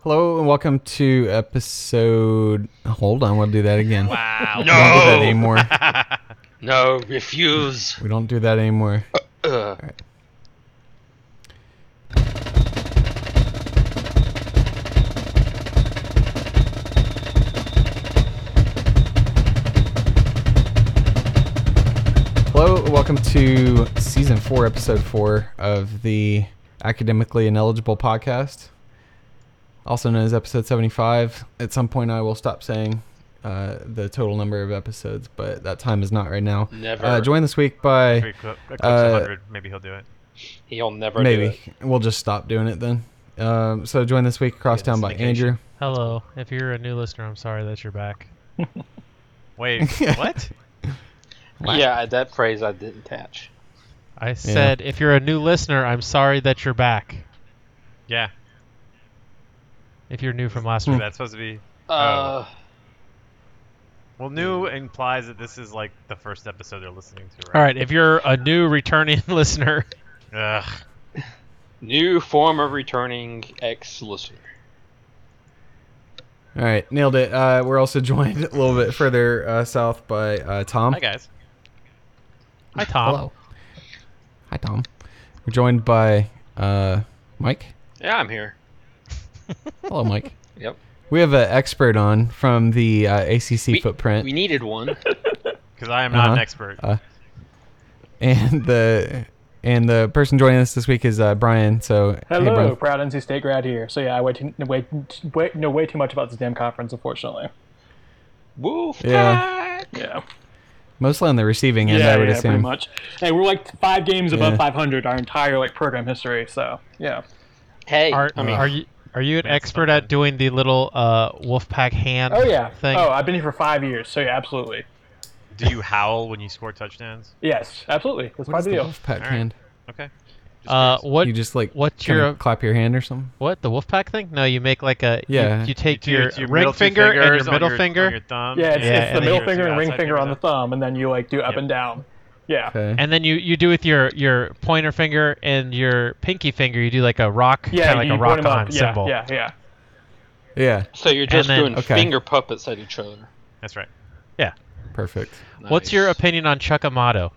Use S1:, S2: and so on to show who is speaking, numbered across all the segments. S1: Hello and welcome to episode. Hold on, we'll do that again.
S2: Wow.
S1: We don't do that
S2: no.
S1: anymore.
S2: No, refuse.
S1: we don't do that anymore.
S2: Ugh.
S1: Hello, and welcome to season four, episode four of the Academically Ineligible podcast, also known as episode 75. At some point, I will stop saying uh, the total number of episodes, but that time is not right now.
S2: Never.
S1: Uh, joined this week by.
S3: If he cl- clicks
S1: Uh,
S3: 100, maybe he'll do it.
S2: He'll never do
S1: Maybe
S2: it.
S1: we'll just stop doing it then. Um, so joined this week across town by Andrew.
S3: syndication.
S4: Hello. If you're a new listener, I'm sorry that you're back.
S3: Wait, what?
S1: Wow.
S2: Yeah, I- that phrase I didn't catch.
S4: I said, if you're a new listener, I'm sorry that you're back.
S3: Yeah,
S4: If you're new from last
S3: so
S4: week.
S3: that's supposed to be.
S1: Oh.
S2: Uh,
S3: Well, new implies that this is like the first episode they're listening to,
S4: All
S3: right?
S4: right. If you're a new returning listener,
S3: Ugh.
S2: new form of returning ex listener.
S1: All right, nailed it. Uh, we're also joined a little bit further uh, south by uh, Tom.
S3: Hi guys.
S4: hi Tom.
S1: Hello. Hi, Tom. We're joined by uh, Mike.
S2: Yeah, I'm here.
S1: Hello, Mike.
S2: Yep.
S1: We have an expert on from the uh, ACC
S2: We-
S1: footprint
S2: We needed one.
S3: Because I am not an
S1: Uh-huh.
S3: expert.
S1: Uh, and the and the person joining us this week is uh, Brian. So hey,
S5: Hello,
S1: Brian.
S5: proud NC State grad here. So yeah, I wait, too- wait, wait, know way too much about this damn conference, unfortunately.
S2: Wolf
S1: Yeah.
S2: pack.
S5: Yeah,
S1: Mostly on the receiving end, I would
S5: pretty
S1: assume.
S5: much. Hey, we're like five games
S1: Yeah.
S5: above 500 our entire like program history. So yeah,
S2: Hey, um,
S4: Are,
S2: I mean,
S4: are you are you an
S3: Man,
S4: expert
S3: something.
S4: at doing the little uh, Wolfpack hand?
S5: oh yeah.
S4: Thing.
S5: Oh, I've been here for five years. So yeah, absolutely.
S3: Do you howl when you score touchdowns?
S5: Yes, absolutely.
S1: What
S5: That's my
S1: is the
S5: deal.
S1: Wolfpack
S3: right.
S1: hand?
S3: Okay. Just
S4: uh,
S3: curious.
S4: what
S1: you just like
S4: what's
S1: kinda
S4: your-
S1: clap your hand or something?
S4: what the Wolfpack thing? No, you make like a you-
S1: Yeah.
S4: You, take
S3: Do
S4: your,
S3: do
S4: ring
S3: middle two
S4: finger and
S3: fingers
S4: your
S3: on
S4: middle
S3: your-
S4: finger,
S3: on your thumb.
S5: Yeah, it's,
S4: Yeah,
S5: it's
S4: and
S5: the
S4: then
S5: middle
S4: you-
S5: finger and ring
S3: outside
S5: finger on the
S3: fingers
S5: thumb, and then you like do up
S3: Yep.
S5: and down. Yeah.
S1: Okay.
S4: and then you you do with your your pointer finger and your pinky finger. You do like a rock,
S5: Yeah,
S4: kind of like
S5: you
S4: a
S5: point
S4: rock
S5: 'em up.
S4: on
S5: yeah,
S4: symbol.
S5: Yeah, yeah.
S1: yeah,
S2: so you're just
S4: then-
S2: doing
S1: okay.
S2: finger puppets at each other.
S3: That's right.
S1: perfect.
S4: What's
S2: Nice.
S4: your opinion on Chuck Amato?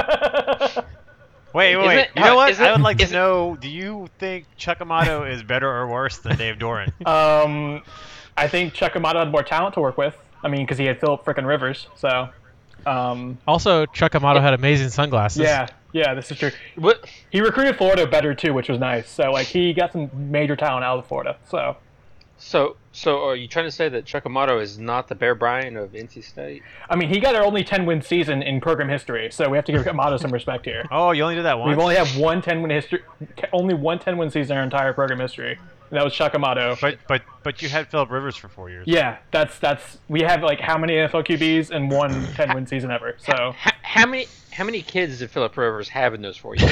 S3: Wait, wait,
S2: Is
S3: wait.
S2: it-
S3: you know
S2: uh,
S3: what?
S2: is
S3: I
S2: it-
S3: would like to
S2: is it-
S3: know. Do you think Chuck Amato is better or worse than Dave Doran?
S5: Um, I think Chuck Amato had more talent to work with. I mean, because he had Philip frickin' Rivers. So, um,
S4: Also, Chuck Amato had amazing sunglasses.
S5: yeah, yeah, this is true.
S2: What?
S5: He recruited Florida better too, which was nice. So, like, he got some major talent out of Florida. So,
S2: So, so are you trying to say that Chuck Amato is not the Bear Bryant of NC State?
S5: I mean, he got our only 10 win season in program history. So we have to give Amato some respect here.
S3: Oh, you only did that once.
S5: We've only had one 10 win history, only one 10 win season in our entire program history. And that was Chuck Amato.
S3: But but but you had Philip Rivers for four years.
S5: yeah, that's that's we have like how many NFL QBs and one 10 win season ever. So
S2: How, how many? How many kids did Philip Rivers have in those four years?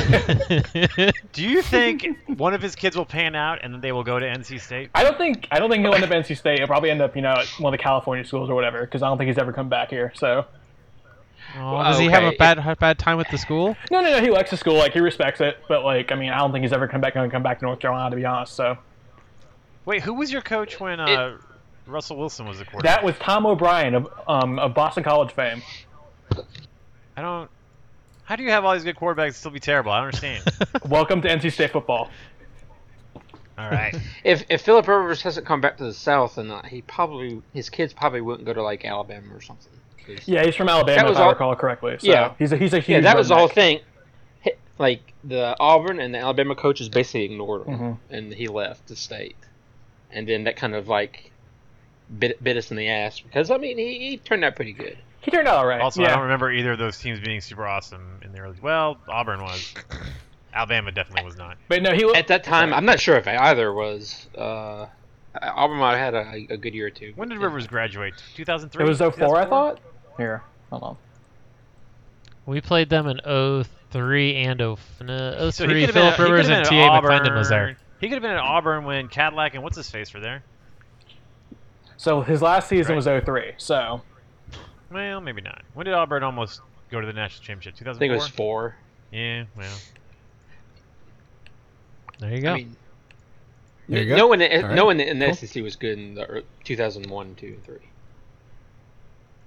S3: Do you think one of his kids will pan out and then they will go to NC State?
S5: I don't think I don't think he'll end up at NC State. He'll probably end up, you know, at one of the California schools or whatever, because I don't think he's ever come back here. So
S4: Aw, does he have
S2: Oh, Okay.
S4: a bad ha- bad time with the school?
S5: no, no, no. He likes the school, like he respects it, but like I mean, I don't think he's ever come back going to come back to North Carolina to be honest. So
S3: Wait, who was your coach when uh, Russell Wilson was the quarterback?
S5: that was Tom O'Brien of um of Boston College fame.
S3: I don't. How do you have all these good quarterbacks and still be terrible? I don't understand.
S5: Welcome to NC State football.
S3: all right.
S2: If if Philip Rivers hasn't come back to the South, then uh, he probably his kids probably wouldn't go to like Alabama or something. 'Cause-
S5: Yeah, he's from Alabama,
S2: was
S5: if I
S2: all-
S5: recall correctly. So
S2: Yeah.
S5: he's a he's a huge.
S2: yeah, that was the whole
S5: redneck.
S2: thing. Hi- Like the Auburn and the Alabama coaches basically ignored him,
S5: Mm-hmm.
S2: and he left the state, and then that kind of like bit bit us in the ass because I mean he, he turned out pretty good.
S5: He turned out all right.
S3: Also, I don't
S5: yeah.
S3: remember either of those teams being super awesome in the early. Well, Auburn was. Alabama definitely was not.
S5: but no, he was
S2: At that time, I'm not sure if either was. Uh, Auburn might have had a, a good year or two.
S3: When did
S2: Yeah.
S3: Rivers graduate? 2003.
S5: it was 04, I
S3: 2004?
S5: thought. Here, hold on.
S4: We played them in 03 and 0 no,
S3: So he
S4: 03.
S3: could have been.
S4: Philip
S3: he could've
S4: Rivers
S3: been
S4: and
S3: at
S4: T.A.
S3: Auburn.
S4: McClendon was there.
S3: He could have been at Auburn when Cadillac and what's his face were there.
S5: So his last season was 03. So
S3: Well, maybe not. When did Auburn almost go to the national championship?
S2: I
S3: 2004.
S2: think it was four.
S3: Yeah. Well.
S4: There you go.
S2: I mean,
S1: There you go.
S2: No one, in-
S1: All
S2: no
S1: right.
S2: one in the
S1: Cool.
S2: SEC was good in the ear- 2001, 2, and 3.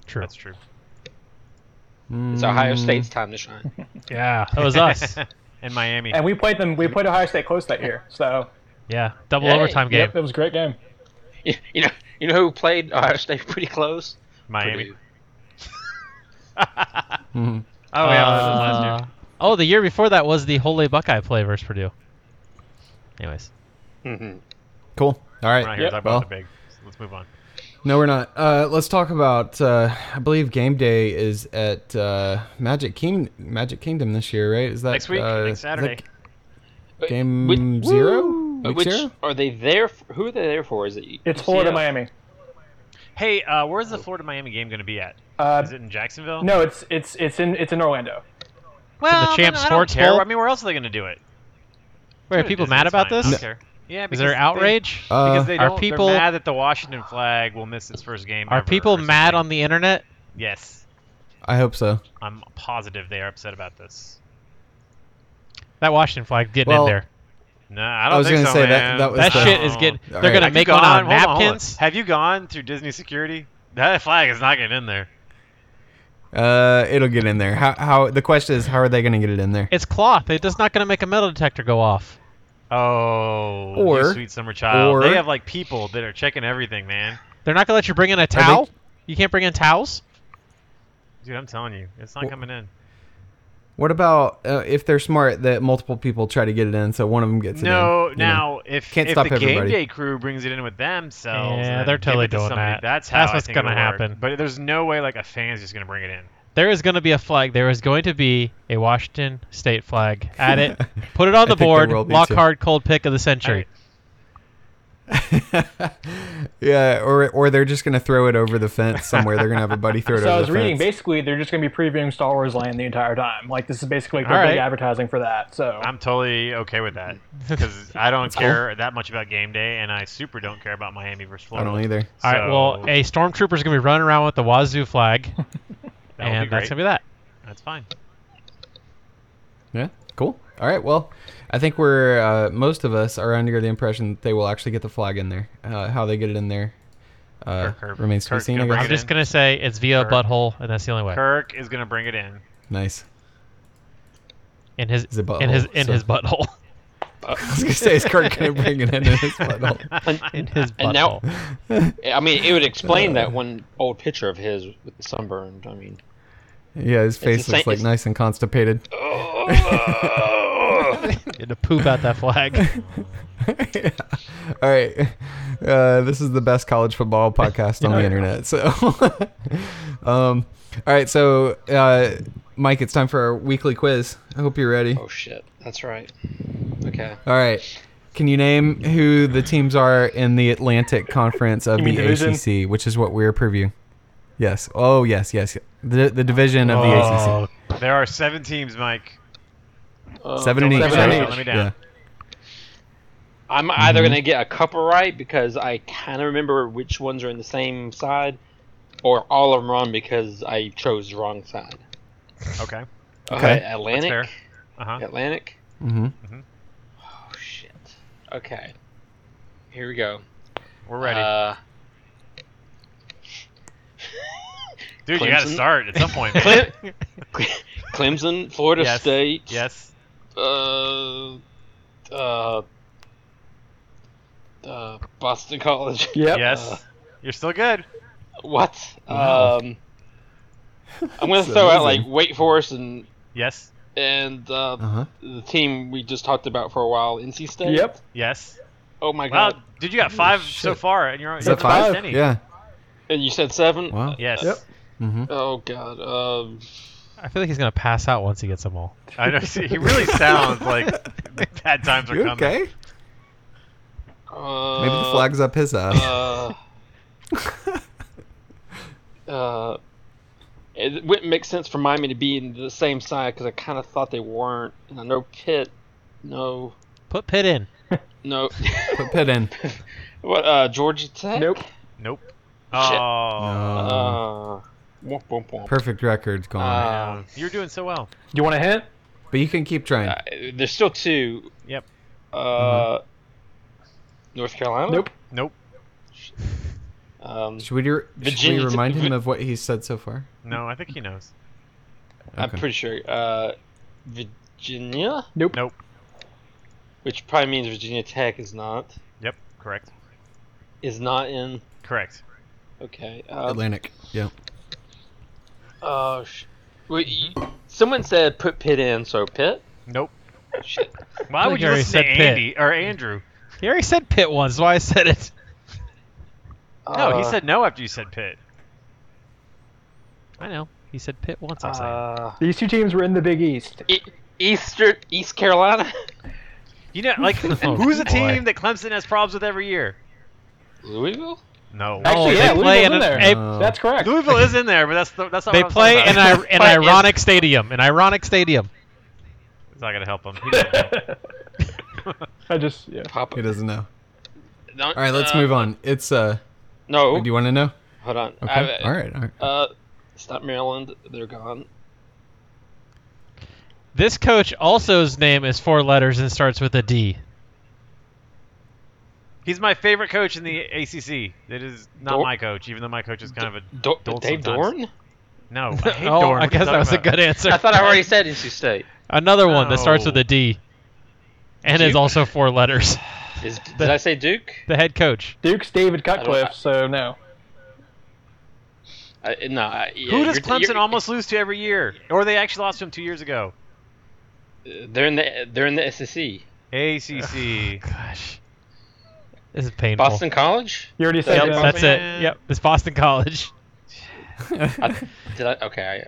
S4: True.
S3: That's true.
S2: It's Ohio
S1: Mm,
S2: State's time to shine.
S4: Yeah, Ah, that was
S3: oh,
S4: us.
S3: and Miami.
S5: And we played them. We played Ohio State close that year. So
S4: Yeah, double
S2: Hey.
S4: overtime game.
S5: yep, it was a great game.
S2: You know, you know who played Ohio State pretty close?
S3: Miami.
S2: Purdue.
S1: mhm.
S3: Oh yeah, that was last year.
S4: Uh, oh, the year before that was the Holy Buckeye play versus Purdue. Anyways,
S1: Cool. All
S3: We're not
S1: right.
S3: here to
S5: Yep.
S3: talk
S1: Well.
S3: about the big. So let's move on.
S1: No, we're not. Uh, let's talk about. Uh, I believe game day is at uh, Magic King Magic Kingdom this year, right? Is that
S3: Next week,
S1: uh,
S3: next
S1: is that
S3: Saturday.
S2: But
S1: game
S2: which-
S1: zero.
S2: but
S1: Week
S2: which
S1: zero?
S2: are they there? For, who are they there for? Is it
S5: It's
S2: UCF?
S5: Florida Miami.
S3: Hey, uh, where's the Florida Miami game going to be at?
S5: Uh,
S3: Is it in Jacksonville?
S5: no, it's it's it's in it's in Orlando.
S3: well,
S4: the Champ
S3: I don't
S4: Sports
S3: care.
S4: Bowl?
S3: I mean, where else are they going to do it?
S4: wait, are
S3: Dude,
S4: people
S3: Disney's
S4: mad about
S3: fine. I
S4: this?
S3: don't care. Yeah,
S4: Is
S3: because
S4: there
S3: they-
S4: outrage?
S1: Uh,
S3: because they
S4: Are
S3: don't, they're
S4: people-
S3: mad that the Washington flag will miss its first game?
S4: Are
S3: ever
S4: people
S3: or
S4: mad
S3: something.
S4: on the internet?
S3: Yes,
S1: I hope so.
S3: I'm positive they are upset about this.
S4: That Washington flag getting
S1: Well,
S4: in there.
S3: No, I don't
S1: I was
S3: think
S1: gonna
S3: so,
S1: say that-
S3: man.
S1: that was
S4: That
S1: the- Oh,
S4: shit is getting.
S1: All
S4: They're
S1: right.
S4: gonna
S3: Have you
S4: make one
S3: gone-
S4: on
S3: hold hold
S4: napkins.
S3: Have you gone through Disney security? That flag is not getting in there.
S1: Uh, it'll get in there. How? How? The question is, how are they going to get it in there?
S4: It's cloth. It is not gonna make a metal detector go off.
S3: Oh,
S1: Or-
S3: you sweet summer child.
S1: or-
S3: they have like people that are checking everything, man.
S4: They're not gonna let you bring in a
S1: think-
S4: towel. You can't bring in towels.
S3: Dude, I'm telling you, it's not
S1: Well-
S3: coming in.
S1: What about uh, if they're smart that multiple people try to get it in, so one of them gets it
S3: No,
S1: in? you know?
S3: now if
S1: Can't
S3: if
S1: stop
S3: the game
S1: everybody.
S3: day crew brings it in with themselves,
S4: Yeah,
S3: then
S4: they're
S3: give
S4: totally
S3: it to
S4: doing
S3: somebody,
S4: that.
S3: That's how
S4: That's
S3: I
S4: what's
S3: think it'll
S4: gonna
S3: work.
S4: happen.
S3: But there's no way like a fan's just gonna bring it in.
S4: There is going to be a flag. There is going to be a Washington State flag. Add it. Put it on the
S1: I think there
S4: board.
S1: will be, too.
S4: Lockhart cold pick of the century.
S1: yeah, or or they're just gonna throw it over the fence somewhere. They're gonna have a buddy throw it
S5: So I
S1: over
S5: was
S1: the
S5: reading.
S1: fence.
S5: Basically, they're just going to be previewing Star Wars Land the entire time. Like this is basically their
S4: All right.
S5: big advertising for that. So
S3: I'm totally okay with that because I don't care that much about game day, and I super don't care about Miami versus
S1: I
S3: Florida.
S1: don't either.
S4: All right. Well,
S3: So,
S4: a stormtrooper is going to be running around with the Wazoo flag,
S3: that would
S4: and
S3: be great.
S4: that's going to be that.
S3: That's fine.
S1: Yeah, cool. All right, well, I think we're uh, most of us are under the impression that they will actually get the flag in there. Uh, how they get it in there uh,
S3: Kirk, Kirk,
S1: remains to be
S3: Kirk,
S1: seen.
S3: gonna
S1: I
S3: bring
S1: guess.
S4: I'm
S3: it
S4: just
S3: in.
S4: going to say it's via
S3: Sure.
S4: butthole, and that's the only way.
S3: Kirk is gonna bring it in.
S1: Nice.
S4: In his
S1: It's a butthole,
S4: in his in
S1: so-
S4: his butthole.
S1: I was gonna say, is Kirk gonna bring it in in his butthole?
S4: in his butthole.
S2: And now, I mean, it would explain
S1: Uh.
S2: that one old picture of his with the sunburned. I mean,
S1: Yeah, his face
S2: the
S1: looks
S2: same-
S1: like
S2: it's-
S1: nice and constipated.
S4: You had to poop out that flag.
S1: Yeah. All right. Uh, this is the best college football podcast on
S3: Oh,
S1: the internet. So, um, all right. So, uh, Mike, it's time for our weekly quiz. I hope you're ready.
S2: oh shit, that's right. Okay.
S1: All right. Can you name who the teams are in the Atlantic Conference of
S5: You mean
S1: the
S5: division?
S1: ACC, which is what we're previewing? Yes. Oh, yes, yes. The the division of the
S4: Oh,
S1: ACC.
S3: There are seven teams, Mike.
S2: Uh,
S1: Seven and
S3: don't
S1: eight.
S3: let
S5: me down,
S1: right?
S5: don't
S3: let me down.
S2: I'm either
S3: Mm-hmm.
S2: gonna get a couple right because I kind of remember which ones are in the same side, or all of them wrong because I chose the wrong side.
S3: Okay,
S1: Okay.
S2: Atlantic.
S3: fair. Uh huh.
S2: Atlantic.
S1: Yeah. hmm
S2: Oh shit. Okay. Here we go.
S3: We're ready,
S2: Uh,
S3: dude. You gotta
S2: Clemson?
S3: start at some point. man.
S2: Cle- Clemson, Florida
S3: Yes.
S2: State.
S3: yes.
S2: Uh, uh, uh, Boston College.
S5: yep.
S3: Yes.
S2: Uh,
S3: You're still good.
S2: What?
S1: Wow.
S2: Um, I'm gonna
S1: That's
S2: throw out like
S1: amazing.
S2: Wake Forest and
S3: Yes.
S2: and uh,
S1: Uh huh.
S2: the team we just talked about for a while, NC State.
S5: Yep.
S3: Yes.
S2: Oh my
S3: Wow,
S2: god.
S3: did you got five
S1: shit.
S3: so far, and you're
S1: Is that
S3: you're not
S1: five?
S3: Any.
S1: Yeah.
S2: And you said seven.
S1: Wow.
S3: Yes.
S5: Yep.
S1: hmm
S2: Oh god. Um,
S4: I feel like he's going to pass out once he gets them all.
S3: I know. see, He really sounds like bad times are
S1: You
S3: coming.
S1: okay?
S2: uh,
S1: Maybe the flag's up his ass.
S2: Uh, uh, it wouldn't make sense for Miami to be in the same side because I kind of thought they weren't, and I know Pitt. No,
S4: Put Pitt in.
S2: no.
S1: Put Pitt in.
S2: what? Uh, Georgia Tech.
S5: Nope.
S3: Nope. Oh.
S1: No.
S2: Uh, womp, womp, womp.
S1: Um, Perfect record's gone.
S2: Uh,
S3: Um, You're doing so well.
S5: Do you want a hint?
S1: but you can keep trying.
S2: Uh, there's still two.
S3: Yep.
S2: Uh, North Carolina.
S5: Nope.
S3: Mm-hmm. Nope.
S2: Um,
S1: Should we, do, should we
S2: Virginia-
S1: remind him of what he's said so far?
S3: No, I think he knows.
S2: I'm
S1: Okay.
S2: pretty sure. Uh, Virginia,
S5: Nope.
S3: Nope.
S2: which probably means Virginia Tech is not
S3: Yep. Correct.
S2: is not in.
S3: Correct.
S2: Okay. Uh,
S1: Atlantic. Yeah.
S2: oh sh- Wait, y- someone said put Pitt in, so Pitt.
S3: Nope.
S2: Shit.
S3: Why would
S4: Like
S3: you
S4: Harry
S3: listen to
S4: said Pitt.
S3: Andy or Andrew?
S4: He already said Pitt once, so I said it.
S3: No, he
S2: Uh,
S3: said no after you said Pitt.
S4: I know. He said Pitt once. I'm saying.
S2: Uh,
S5: These two teams were in the Big East.
S2: E- Easter East Carolina.
S3: You know, like,
S4: Oh,
S3: who's a team
S4: boy.
S3: that Clemson has problems with every year?
S2: Louisville.
S3: No.
S5: Actually, yeah,
S4: they
S5: Louisville's
S4: play
S5: in
S4: in
S5: there.
S4: a- a-
S1: No.
S5: That's correct.
S3: Louisville is in there, but that's the, that's not.
S4: they
S3: what I'm
S4: play
S3: talking
S4: in
S3: about.
S4: an ironic stadium. An ironic stadium.
S3: It's not gonna help him. He doesn't know.
S5: I just yeah.
S2: Papa.
S1: He doesn't know.
S2: No,
S1: All right, let's
S2: uh,
S1: move on. It's uh.
S2: No,
S1: Do you want to know?
S2: hold on.
S1: Okay.
S2: I-
S1: all right. All right.
S2: Uh, it's not Maryland. They're gone.
S4: This coach also's name is four letters and starts with a D.
S3: He's my favorite coach in the ACC. It is not
S2: Dor-
S3: my coach, even though my coach is kind of a
S2: Do-
S3: Dole
S2: Dave
S3: sometimes.
S2: Dorn.
S3: no. I hate
S4: oh,
S3: Dorn.
S4: I guess that was a good answer.
S2: I thought I already said NC State.
S4: Another one that starts with
S3: No.
S4: a D, and is
S2: Duke.
S4: also four letters.
S2: Is, did I say Duke?
S4: The head coach.
S5: Duke's David
S2: I
S5: Cutcliffe,
S2: don't-
S5: so no.
S2: I, no. I, yeah,
S3: Who does
S2: you're-
S3: Clemson
S2: you're-
S3: almost lose to every year? Or they actually lost to him two years ago.
S2: They're in the they're in the E SEC.
S3: ACC.
S4: Gosh, this is painful.
S2: Boston College.
S5: You already said
S4: Yep,
S5: that.
S4: that's
S3: Man.
S4: it. Yep, it's Boston College.
S2: Did I? Okay. I,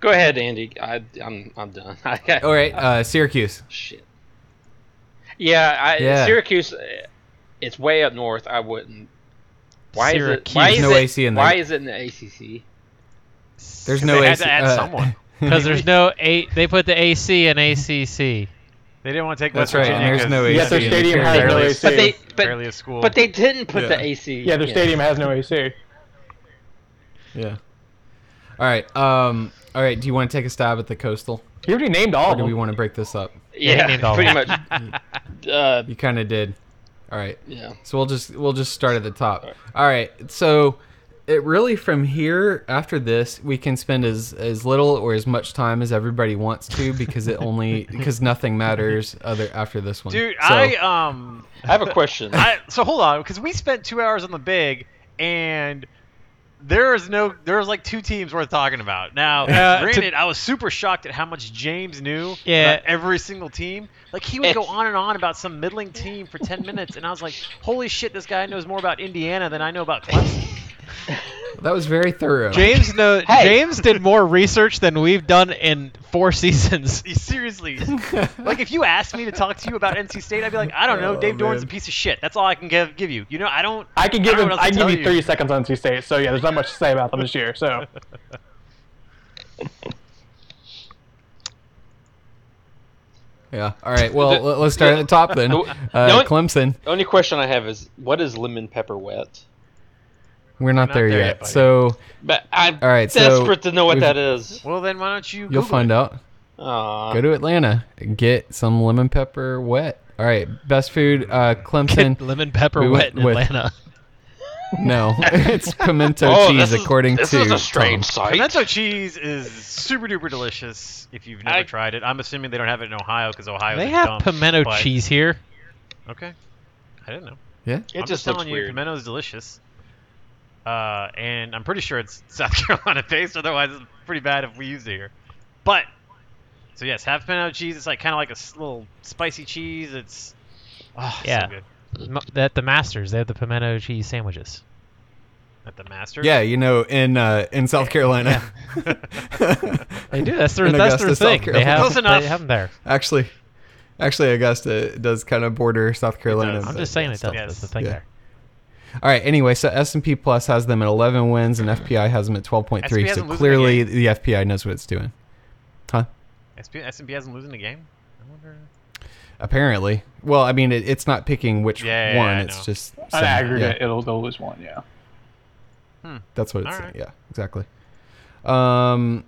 S2: go ahead, Andy. I, I'm I'm done. I,
S1: all right. Uh, Syracuse.
S2: Shit. Yeah, I,
S1: Yeah.
S2: Syracuse. eh, It's way up north. I wouldn't. Why is it? Why is
S4: Syracuse.
S1: There's no
S2: it,
S1: AC in there.
S2: Why is it in the ACC?
S1: There's
S3: 'Cause
S1: no
S3: they had
S1: AC.
S3: to add
S1: uh,
S3: someone.
S4: Because there's no A. They put the AC in ACC.
S3: They didn't want to take
S1: That's
S3: West
S1: right,
S3: Virginia.
S1: and there's
S3: 'cause
S1: no
S5: Yet
S1: AC.
S5: their
S1: Yeah,
S5: stadium
S1: it's
S5: has no
S3: barely-
S5: AC.
S2: But they but
S3: Barely a school.
S2: but they didn't put
S1: Yeah.
S2: the AC.
S5: yeah, their
S2: in.
S5: stadium has no AC.
S1: yeah. All right. Um. All right. Do you want to take a stab at the coastal,
S5: You already named all
S1: or
S5: of
S1: do
S5: them.
S1: we want to break this up?
S4: Yeah, he
S2: Yeah,
S4: named all
S2: pretty
S4: of
S2: much. uh,
S1: You kind of did. All right.
S2: yeah.
S1: So we'll just we'll just start at the top. All right. So it really from here after this we can spend as as little or as much time as everybody wants to because it only because nothing matters other after this one.
S3: Dude,
S1: So-
S3: I um
S2: I have a question.
S3: I, so hold on, because we spent two hours on the big, and there is no, there's like two teams worth talking about. Now,
S4: Uh,
S3: granted, I was super shocked at how much James knew
S4: Yeah.
S3: about every single team. Like he would go on and on about some middling team for ten minutes, and I was like, holy shit, this guy knows more about Indiana than I know about Clemson.
S1: that was very thorough.
S4: James no.
S2: Hey.
S4: James did more research than we've done in four seasons.
S3: Seriously, like if you asked me to talk to you about NC State, I'd be like, I don't know,
S1: Oh,
S3: Dave Dorn's a
S1: man.
S3: piece of shit. That's all I can give give you. You know, I don't.
S5: I can give
S3: I don't
S5: him,
S3: know what
S5: I
S3: else to
S5: can give
S3: tell
S5: you
S3: you.
S5: 30 seconds on NC State. So yeah, there's not much to say about them this year. So
S1: Yeah. All right. Well, let- let's start at the top then.
S2: No-
S1: Uh,
S2: no-
S1: Clemson.
S2: the only question I have is what is lemon pepper wet?
S1: We're not,
S3: not
S1: there,
S3: there yet,
S1: yet.
S3: buddy.
S1: so
S2: But I'm
S1: All right, so
S2: desperate to know what
S1: we've-
S2: that is.
S3: Well, then why don't you?
S1: you'll
S3: Google
S1: find
S3: it?
S1: out.
S2: Aw.
S1: Go to Atlanta and get some lemon pepper wet. All right. Best food. Uh, Clemson.
S4: Lemon pepper
S1: we
S4: wet
S1: went
S4: in
S1: with-
S4: Atlanta.
S1: no, it's pimento
S2: Oh,
S1: cheese
S2: this is-
S1: according
S2: this
S1: to
S2: is a strange
S1: Tom.
S2: sight.
S3: Pimento cheese is super duper delicious. If you've never
S2: I-
S3: tried it, I'm assuming they don't have it in Ohio because Ohio.
S4: They have pimento
S3: but-
S4: cheese here.
S3: Okay, I didn't know.
S1: Yeah.
S2: It
S3: I'm
S2: just
S3: telling
S2: looks
S3: you,
S2: weird.
S3: pimento is delicious. Uh, and I'm pretty sure it's South Carolina based. Otherwise, it's pretty bad if we use it here. But so yes, have pimento cheese. It's like kind of like a s- little spicy cheese. It's ah, so
S4: Yeah.
S3: good.
S4: M- At the Masters, they have the pimento cheese sandwiches.
S3: At the master.
S1: Yeah, you know, in uh, in South Carolina.
S4: They do. That's their
S1: In
S4: that's
S1: Augusta, South
S4: their thing. They
S1: Carolina.
S4: have,
S3: Close enough.
S4: They have them there.
S1: actually, actually, Augusta does kind of border South Carolina.
S3: does.
S4: I'm
S1: but-
S4: just saying it does.
S3: Yes.
S4: That's the thing
S1: Yeah.
S4: there.
S1: All right. Anyway, so S and P Plus has them at 11 wins, and FPI has them at 12.3.
S3: SPI
S1: So
S3: hasn't losing
S1: clearly,
S3: a
S1: the FPI knows what it's doing. Huh?
S3: SP, S&P hasn't losing a game. I wonder.
S1: Apparently. Well, I mean, it, it's not picking which
S3: Yeah, yeah,
S1: one.
S3: I
S1: it's
S3: know.
S1: just
S5: on
S1: saying-
S5: aggregate,
S1: yeah,
S5: it'll they'll lose one. Yeah.
S1: that's what it's
S3: All
S1: saying.
S3: right.
S1: Yeah, exactly. Um.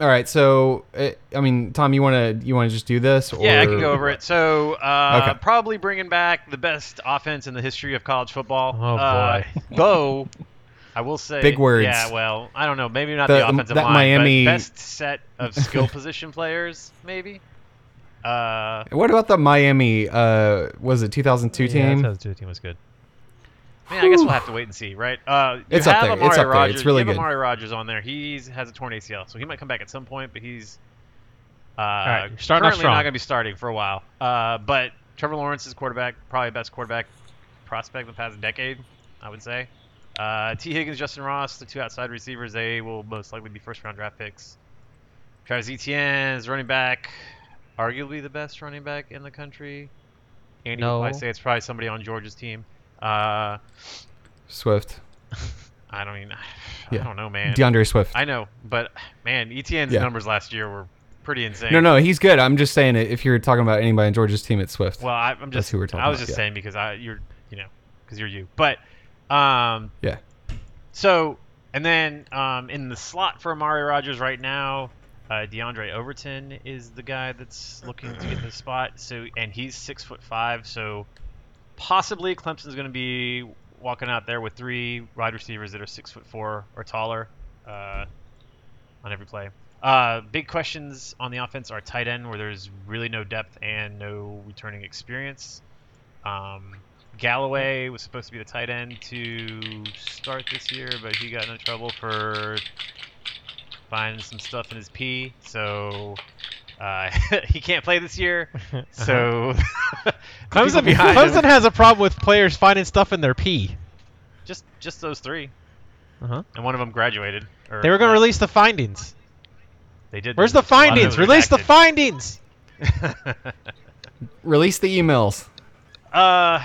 S1: all right. So, uh, I mean, Tom, you want to you want to just do this? Or...
S3: Yeah, I can go over it. So, uh,
S1: Okay.
S3: probably bringing back the best offense in the history of college football.
S4: Oh,
S3: Uh, Bo, I will say
S1: Big words.
S3: Yeah, well, I don't know. Maybe not
S1: The-
S3: the, offensive
S1: that
S3: line,
S1: Miami-
S3: but best set of skill position players, maybe. Uh,
S1: What about the Miami? Uh, was it 2002
S4: Yeah,
S1: team?
S4: that Tennessee team was good.
S3: man, I guess we'll have to wait and see, right? Uh, you
S1: It's up
S3: have
S1: there. It's
S3: Amari
S1: up there. It's
S3: Rogers.
S1: really
S3: you have
S1: good.
S3: Amari Rogers on there. He has a torn ACL, so he might come back at some point, but he's uh,
S4: right, you're starting off
S3: currently
S4: strong.
S3: not going to be starting for a while. Uh, but Trevor Lawrence is quarterback, probably best quarterback prospect in the past decade, I would say. Uh, T. Higgins, Justin Ross, the two outside receivers, they will most likely be first round draft picks. Travis Etienne is running back, arguably the best running back in the country. Andy
S4: No.
S3: would probably say it's probably somebody on Georgia's team. Uh,
S1: Swift,
S3: I don't mean, I
S1: Yeah.
S3: don't know, man.
S1: DeAndre Swift.
S3: I know, but man, ETN's
S1: Yeah.
S3: numbers last year were pretty insane.
S1: No, no, he's good. I'm just saying it. If you're talking about anybody in Georgia's team, it's Swift.
S3: Well, I, I'm
S1: That's
S3: just.
S1: who we're talking
S3: I was
S1: about,
S3: just
S1: yeah.
S3: saying because I you're you know because you're you, but um
S1: Yeah.
S3: So and then um in the slot for Amari Rogers right now, uh, DeAndre Overton is the guy that's looking to get the spot. So and he's six foot five, so possibly Clemson's going to be walking out there with three wide receivers that are six foot four or taller uh, on every play. Uh, big questions on the offense are tight end, where there's really no depth and no returning experience. Um, Galloway was supposed to be the tight end to start this year, but he got into trouble for finding some stuff in his pee, so uh, he can't play this year. So people
S4: Clemson,
S3: behind him-
S4: Clemson has a problem with players finding stuff in their pee.
S3: Just just those three.
S4: Uh-huh.
S3: And one of them graduated. or-
S4: They were going to release the findings.
S3: They did.
S4: Where's the
S3: A lot of
S4: findings?
S3: it was
S4: Release the
S3: redacted.
S4: findings.
S1: Release the emails.
S3: uh,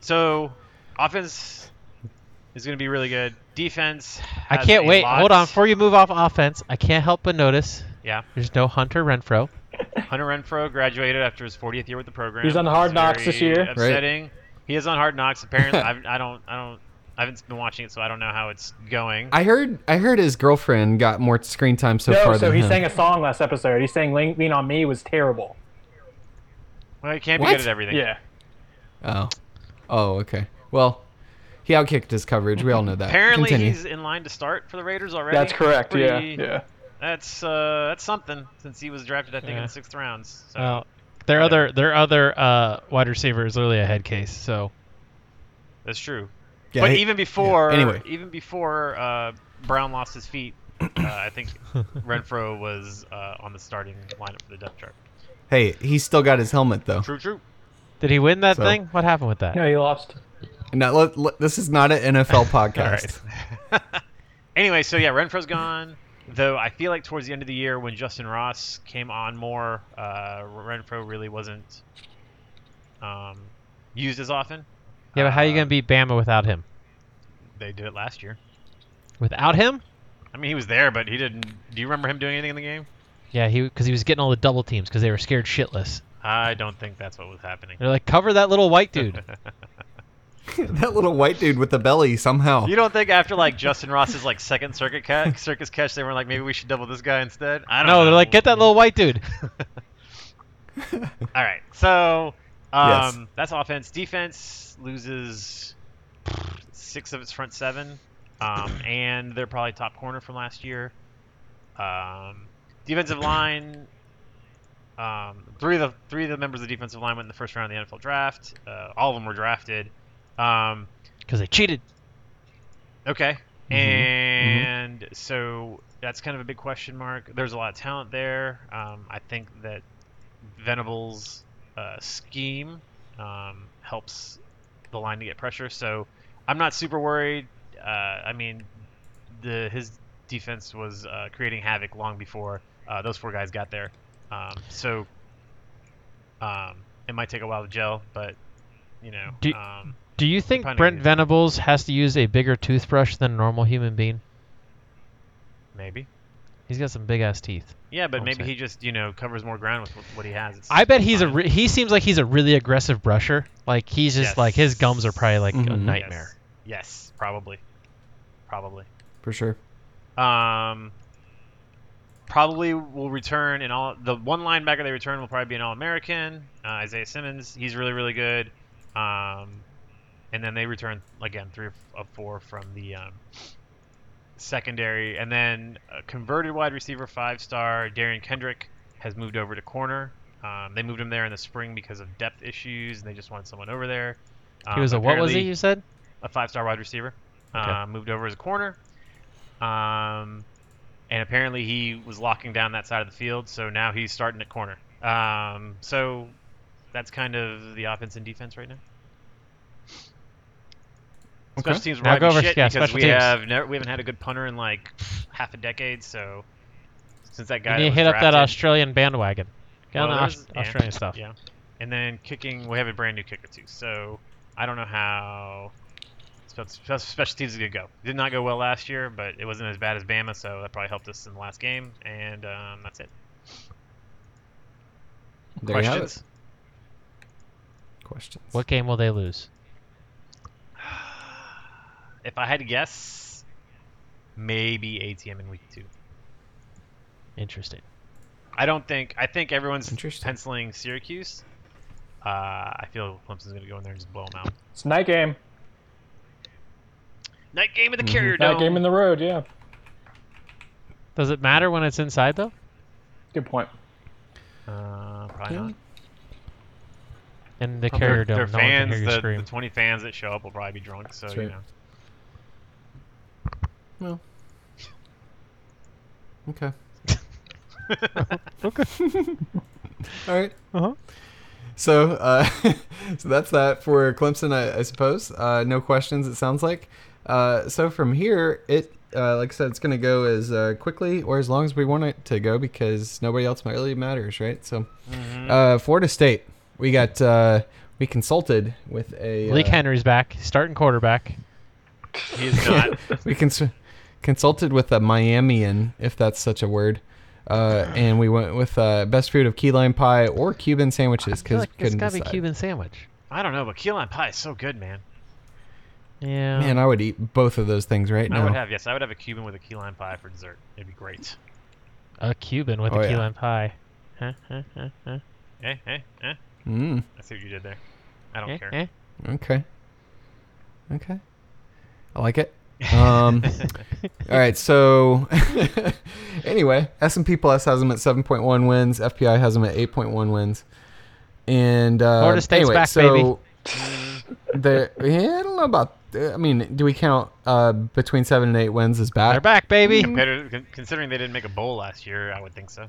S3: so offense is going to be really good. Defense.
S4: I
S3: has
S4: can't
S3: a
S4: wait.
S3: lot-
S4: Hold on. Before you move off offense, I can't help but notice
S3: yeah,
S4: there's no Hunter Renfro.
S3: Hunter Renfro graduated after his 40th year with the program.
S5: He's on Hard
S3: It's
S5: Knocks this
S3: very
S5: year. Right.
S3: Upsetting. He is on Hard Knocks. Apparently, I've, I don't. I don't. I haven't been watching it, so I don't know how it's going.
S1: I heard. I heard his girlfriend got more screen time so
S5: No,
S1: far
S5: so
S1: than
S5: he
S1: him.
S5: sang a song last episode. He sang "Lean, Lean on Me" was terrible.
S3: well, he can't be
S1: What?
S3: good at everything.
S5: Yeah.
S1: oh, oh, okay. Well, he outkicked his coverage. We all know that.
S3: Apparently,
S1: Continue.
S3: he's in line to start for the Raiders already.
S5: That's correct. Yeah.
S3: Pretty-
S5: Yeah.
S3: That's uh, that's something since he was drafted, I think, in
S4: Yeah. Uh,
S3: the sixth rounds. So.
S4: Well, their other their other uh, wide receiver is literally a head case. So
S3: That's true.
S1: Yeah,
S3: but
S1: he-
S3: even before,
S1: Anyway.
S3: even before uh, Brown lost his feet, uh, I think Renfro was uh, on the starting lineup for the depth chart.
S1: hey, he's still got his helmet though.
S3: True, true.
S4: did he win that
S1: So-
S4: thing? What happened with that?
S5: No, he lost.
S1: Now, let, let- this is not an NFL podcast.
S3: Anyway, so yeah, Renfro's gone. Though I feel like towards the end of the year, when Justin Ross came on more, uh, Renfro really wasn't um, used as often.
S4: Yeah, but how are you
S3: Uh,
S4: gonna beat Bama without him?
S3: They did it last year.
S4: Without him?
S3: I mean, he was there, but he didn't. Do you remember him doing anything in the game?
S4: Yeah, he because he was getting all the double teams because they were scared shitless.
S3: I don't think that's what was happening.
S4: They're like, cover that little white dude.
S1: that little white dude with the belly somehow.
S3: You don't think after like Justin Ross's like second circuit catch, circus catch, they were like maybe we should double this guy instead? I don't know.
S4: no, they're like, get that little white dude.
S3: All right, so um,
S1: Yes.
S3: that's offense. Defense loses six of its front seven, um, and they're probably top corner from last year. Um, defensive line. Um, three of the three of the members of the defensive line went in the first round of the NFL draft. Uh, all of them were drafted. Um,
S4: Because they cheated.
S3: Okay. And so that's kind of a big question mark. There's a lot of talent there. Um, I think that Venables' uh, scheme um, helps the line to get pressure. So I'm not super worried. Uh, I mean, the his defense was uh, creating havoc long before uh, those four guys got there. Um, so um, it might take a while to gel, but you know.
S4: Do-
S3: um,
S4: Do you think
S3: Depending
S4: Brent
S3: on-
S4: Venables has to use a bigger toothbrush than a normal human being?
S3: Maybe.
S4: He's got some big ass teeth.
S3: Yeah, but
S4: I'm
S3: maybe
S4: saying.
S3: he just you know covers more ground with what- what he has. It's
S4: I bet he's a
S3: fine.
S4: re- he seems like he's a really aggressive brusher. Like he's just like his gums are probably like a
S1: Mhm.
S3: Yes.
S4: nightmare.
S3: Yes. probably, probably.
S1: for sure.
S3: Um, probably will return in all the one linebacker they return will probably be an All-American. Uh, Isaiah Simmons, he's really really good. Um, and then they return again three of four from the um, secondary, and then a converted wide receiver five star Darian Kendrick has moved over to corner. Um, they moved him there in the spring because of depth issues, and they just wanted someone over there.
S4: He was a
S3: Um,
S4: what was he?
S3: apparently-
S4: You said
S3: a five-star wide receiver. Uh, moved over as a corner, um, and apparently he was locking down that side of the field. So now he's starting at corner. Um, so that's kind of the offense and defense right now.
S1: Okay.
S3: Special teams
S4: Now
S3: were
S4: go over-
S3: shit
S4: yeah,
S3: because
S4: special
S3: we
S4: teams.
S3: have never, we haven't had a good punter in like half a decade. So since that guy
S4: you need to
S3: that
S4: hit
S3: was
S4: up that
S3: drafted-
S4: Australian bandwagon. Get
S3: Well,
S4: on the Aus-
S3: there's- yeah,
S4: Australian stuff.
S3: Yeah. And then kicking, we have a brand new kicker too. So I don't know how spe- spe- special teams is gonna go. Did not go well last year, but it wasn't as bad as Bama, so that probably helped us in the last game. And um, that's it.
S1: There you have it.
S3: Questions?
S1: Questions.
S4: What game will they lose?
S3: If I had to guess, maybe ATM in week two.
S4: Interesting.
S3: I don't think. I think everyone's
S1: Interesting.
S3: penciling Syracuse. Uh, I feel Clemson's gonna go in there and just blow them out.
S5: It's night game.
S3: Night game of the
S1: Mhm.
S3: Carrier
S5: Night
S3: Dome.
S5: game in the road. Yeah.
S4: Does it matter when it's inside though?
S5: Good point.
S3: uh, probably
S1: Yeah.
S3: not.
S4: In the
S3: Well,
S4: carrier
S3: their, their
S4: dome, no one can
S3: fans,
S4: hear you
S3: the,
S4: scream.
S3: the 20 fans that show up will probably be drunk, so
S1: That's
S3: you
S1: right.
S3: know.
S1: Well. Okay.
S4: okay.
S1: All right.
S4: Uh-huh.
S1: So, uh, so that's that for Clemson, I, I suppose. Uh, no questions. It sounds like. Uh, so from here, it uh, like I said, it's going to go as uh, quickly or as long as we want it to go because nobody else really matters, right? So, uh, Florida State, we got uh, we consulted with a
S4: Leak
S1: uh,
S4: Henry's back, starting quarterback.
S3: He's not.
S1: we cons- consulted with a Miamian, if that's such a word, uh, and we went with uh, best food of key lime pie or Cuban sandwiches because we
S4: it's
S1: couldn't
S4: gotta
S1: decide.
S4: be Cuban sandwich.
S3: I don't know, but key lime pie is so good, man.
S4: Yeah.
S1: Man, I would eat both of those things right
S3: I
S1: now.
S3: would have yes, I would have a Cuban with a key lime pey for dessert. It'd be great.
S4: a Cuban with
S1: Oh,
S4: a key
S1: yeah.
S4: lime pie. Huh, huh, huh, huh.
S3: Eh, eh, eh.
S1: mm,
S3: I see what you did there. I don't
S4: Eh,
S3: care.
S4: eh.
S1: okay. Okay. I like it. Um, all right. So, anyway, S&P Plus has them at 7.1 wins. FPI has them at 8.1 wins. And uh,
S4: Florida State's
S1: anyway,
S4: back,
S1: so the yeah, I don't know about. I mean, do we count uh, between seven and eight wins as
S4: They're
S1: back?
S4: back, baby.
S1: Mm.
S3: Competitor- con- considering they didn't make a bowl last year, I would think so.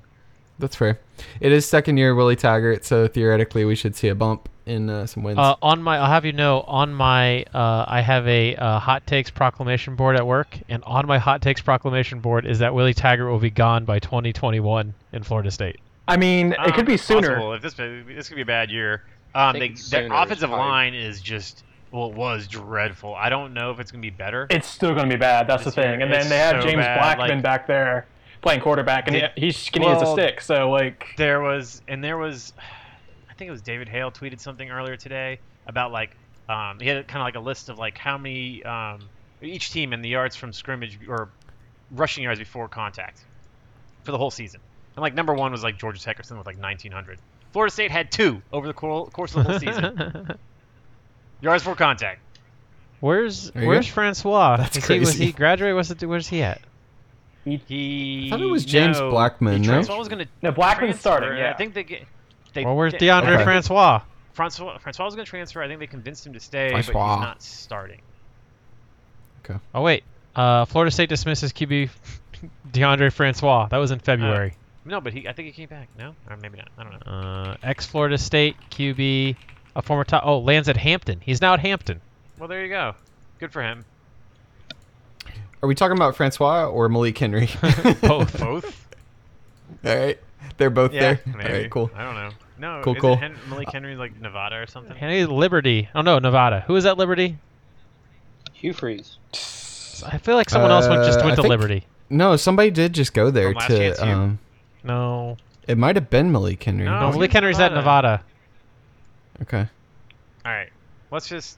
S1: That's fair. It is second year Willie Taggart, so theoretically we should see a bump in uh, some wins.
S4: Uh, on my, I'll have you know, on my, uh, I have a uh, hot takes proclamation board at work, and on my hot takes proclamation board is that Willie Taggart will be gone by 2021 in Florida State.
S5: I mean,
S3: Um,
S5: it could be sooner.
S3: Possible. If this this could be a bad year. Um,
S2: think
S3: they,
S2: it's
S3: their
S2: sooner is
S3: offensive
S2: probably-
S3: line is just well, it was dreadful. I don't know if it's gonna be better.
S5: It's still going to be bad. That's
S3: It's
S5: the thing. And
S3: very-
S5: then they have
S3: it's so
S5: James
S3: bad,
S5: Blackman
S3: like-
S5: back there playing quarterback, and
S3: Did-
S5: he, he's skinny as a
S3: well-
S5: stick. So like,
S3: there was and there was i think it was david hale tweeted something earlier today about like um, he had kind of like a list of like how many um, each team in the yards from scrimmage or rushing yards before contact for the whole season and like number one was like georgia tech or something with like 1900 florida state had two over the cour- course of the whole season yards before contact
S4: where's
S1: There you
S4: Where's
S1: go.
S4: Francois?
S1: That's
S4: Is he, was
S1: crazy.
S4: he graduated? What's it, where's he at?
S3: he
S1: I thought it was James
S3: no,
S1: Blackman,
S3: he
S1: no?
S3: trans- I was gonna
S5: No, Blackman's
S3: transfer.
S5: starting, yeah.
S3: i think they get they,
S4: Well, where's
S3: they-
S4: DeAndre
S1: Okay.
S4: Francois?
S3: Francois, Francois was going to transfer. I think they convinced him to stay, but
S1: Francois.
S3: he's not starting.
S4: Oh wait, uh, Florida State dismisses QB DeAndre Francois. That was in February.
S3: No, but he. I think he came back. No, or maybe not. I don't know.
S4: Uh, ex-Florida State QB, a former top. Oh, lands at Hampton. He's now at Hampton.
S3: Well, there you go. Good for him.
S1: Are we talking about Francois or Malik Henry?
S4: Both.
S3: Both.
S1: All right. They're both
S3: yeah.
S1: there.
S3: Maybe.
S1: All right, cool.
S3: I don't know. No.
S1: Cool,
S3: Cool.
S1: cool.
S3: Cool. Hen- Malik Henry like Nevada or something.
S4: Henry Liberty. Oh no, Nevada. Who is at Liberty?
S2: Hugh Freeze.
S4: I feel like someone else went, just
S1: Uh,
S4: went
S1: I
S4: to
S1: think-
S4: Liberty.
S1: No, somebody did just go there
S3: From Oh, last chance,
S1: to.
S3: you.
S1: Um,
S4: No,
S1: it might have been Malik Henry.
S3: No.
S4: no
S3: he's
S4: Malik Henry's at
S3: Nevada.
S4: Nevada.
S1: Okay.
S3: All right. Let's just.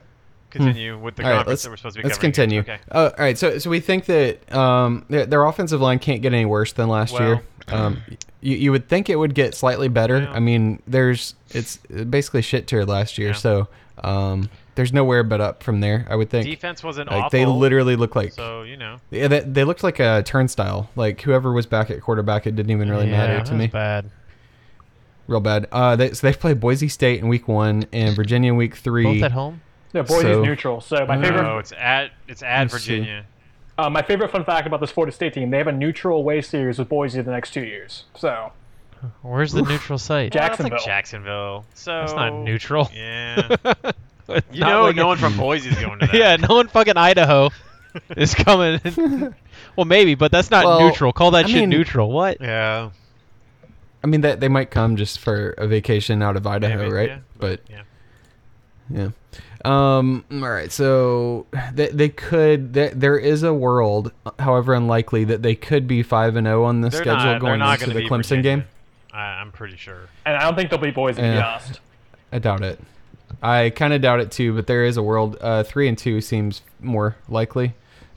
S3: continue with the
S1: Hmm. All right,
S3: conference
S1: let's-
S3: that we're supposed to be
S1: Let's
S3: covering.
S1: continue.
S3: Okay.
S1: Uh, all right, so so we think that um, their, their offensive line can't get any worse than last
S3: Well-
S1: year. Um, you, you would think it would get slightly better.
S3: Yeah.
S1: I mean, there's it's basically shit tier last year,
S3: Yeah.
S1: so um, there's nowhere but up from there. I would think.
S3: Defense wasn't
S1: like
S3: awful.
S1: they literally look like
S3: So you know.
S1: yeah, they, they looked like a turnstile. Like whoever was back at quarterback, it didn't even really
S4: yeah,
S1: matter
S4: that
S1: to
S4: was
S1: me.
S4: Bad.
S1: Real bad. Uh, they, so they've played Boise State in week one and Virginia in week three.
S4: Both at home.
S5: No, Boise
S1: So-
S5: is neutral. So my favorite,
S3: No, Oh, it's at it's at
S1: Let's see.
S3: Virginia.
S5: uh, my favorite fun fact about this Florida State team, they have a neutral away series with Boise the next two years. So
S4: Where's the neutral site?
S5: Jack-
S3: Well,
S5: Jacksonville.
S3: That's like Jacksonville. So
S4: That's not neutral.
S3: Yeah. You
S4: Not
S3: know,
S4: like
S3: no
S4: it-
S3: one from Boise is going to that.
S4: yeah, no one fucking Idaho is coming. well, maybe, but that's not
S1: Well,
S4: neutral. Call that
S1: I
S4: shit
S1: mean-
S4: neutral. What?
S3: Yeah.
S1: I mean, that they might come just for a vacation out of Idaho,
S3: Maybe,
S1: right?
S3: yeah.
S1: But
S3: Yeah.
S1: yeah. Um. All right. So they, they could. There, there is a world, however unlikely, that they could be five and zero on the
S3: They're
S1: schedule
S3: not, they're
S1: going
S3: not
S1: into
S3: gonna
S1: the
S3: be
S1: Clemson
S3: Virginia.
S1: game.
S3: I, I'm pretty sure.
S5: and I don't think they'll beat Boise to be
S1: Yeah.
S5: honest.
S1: I doubt it. I kind of doubt it too, but there is a world. Uh, three and two seems more likely,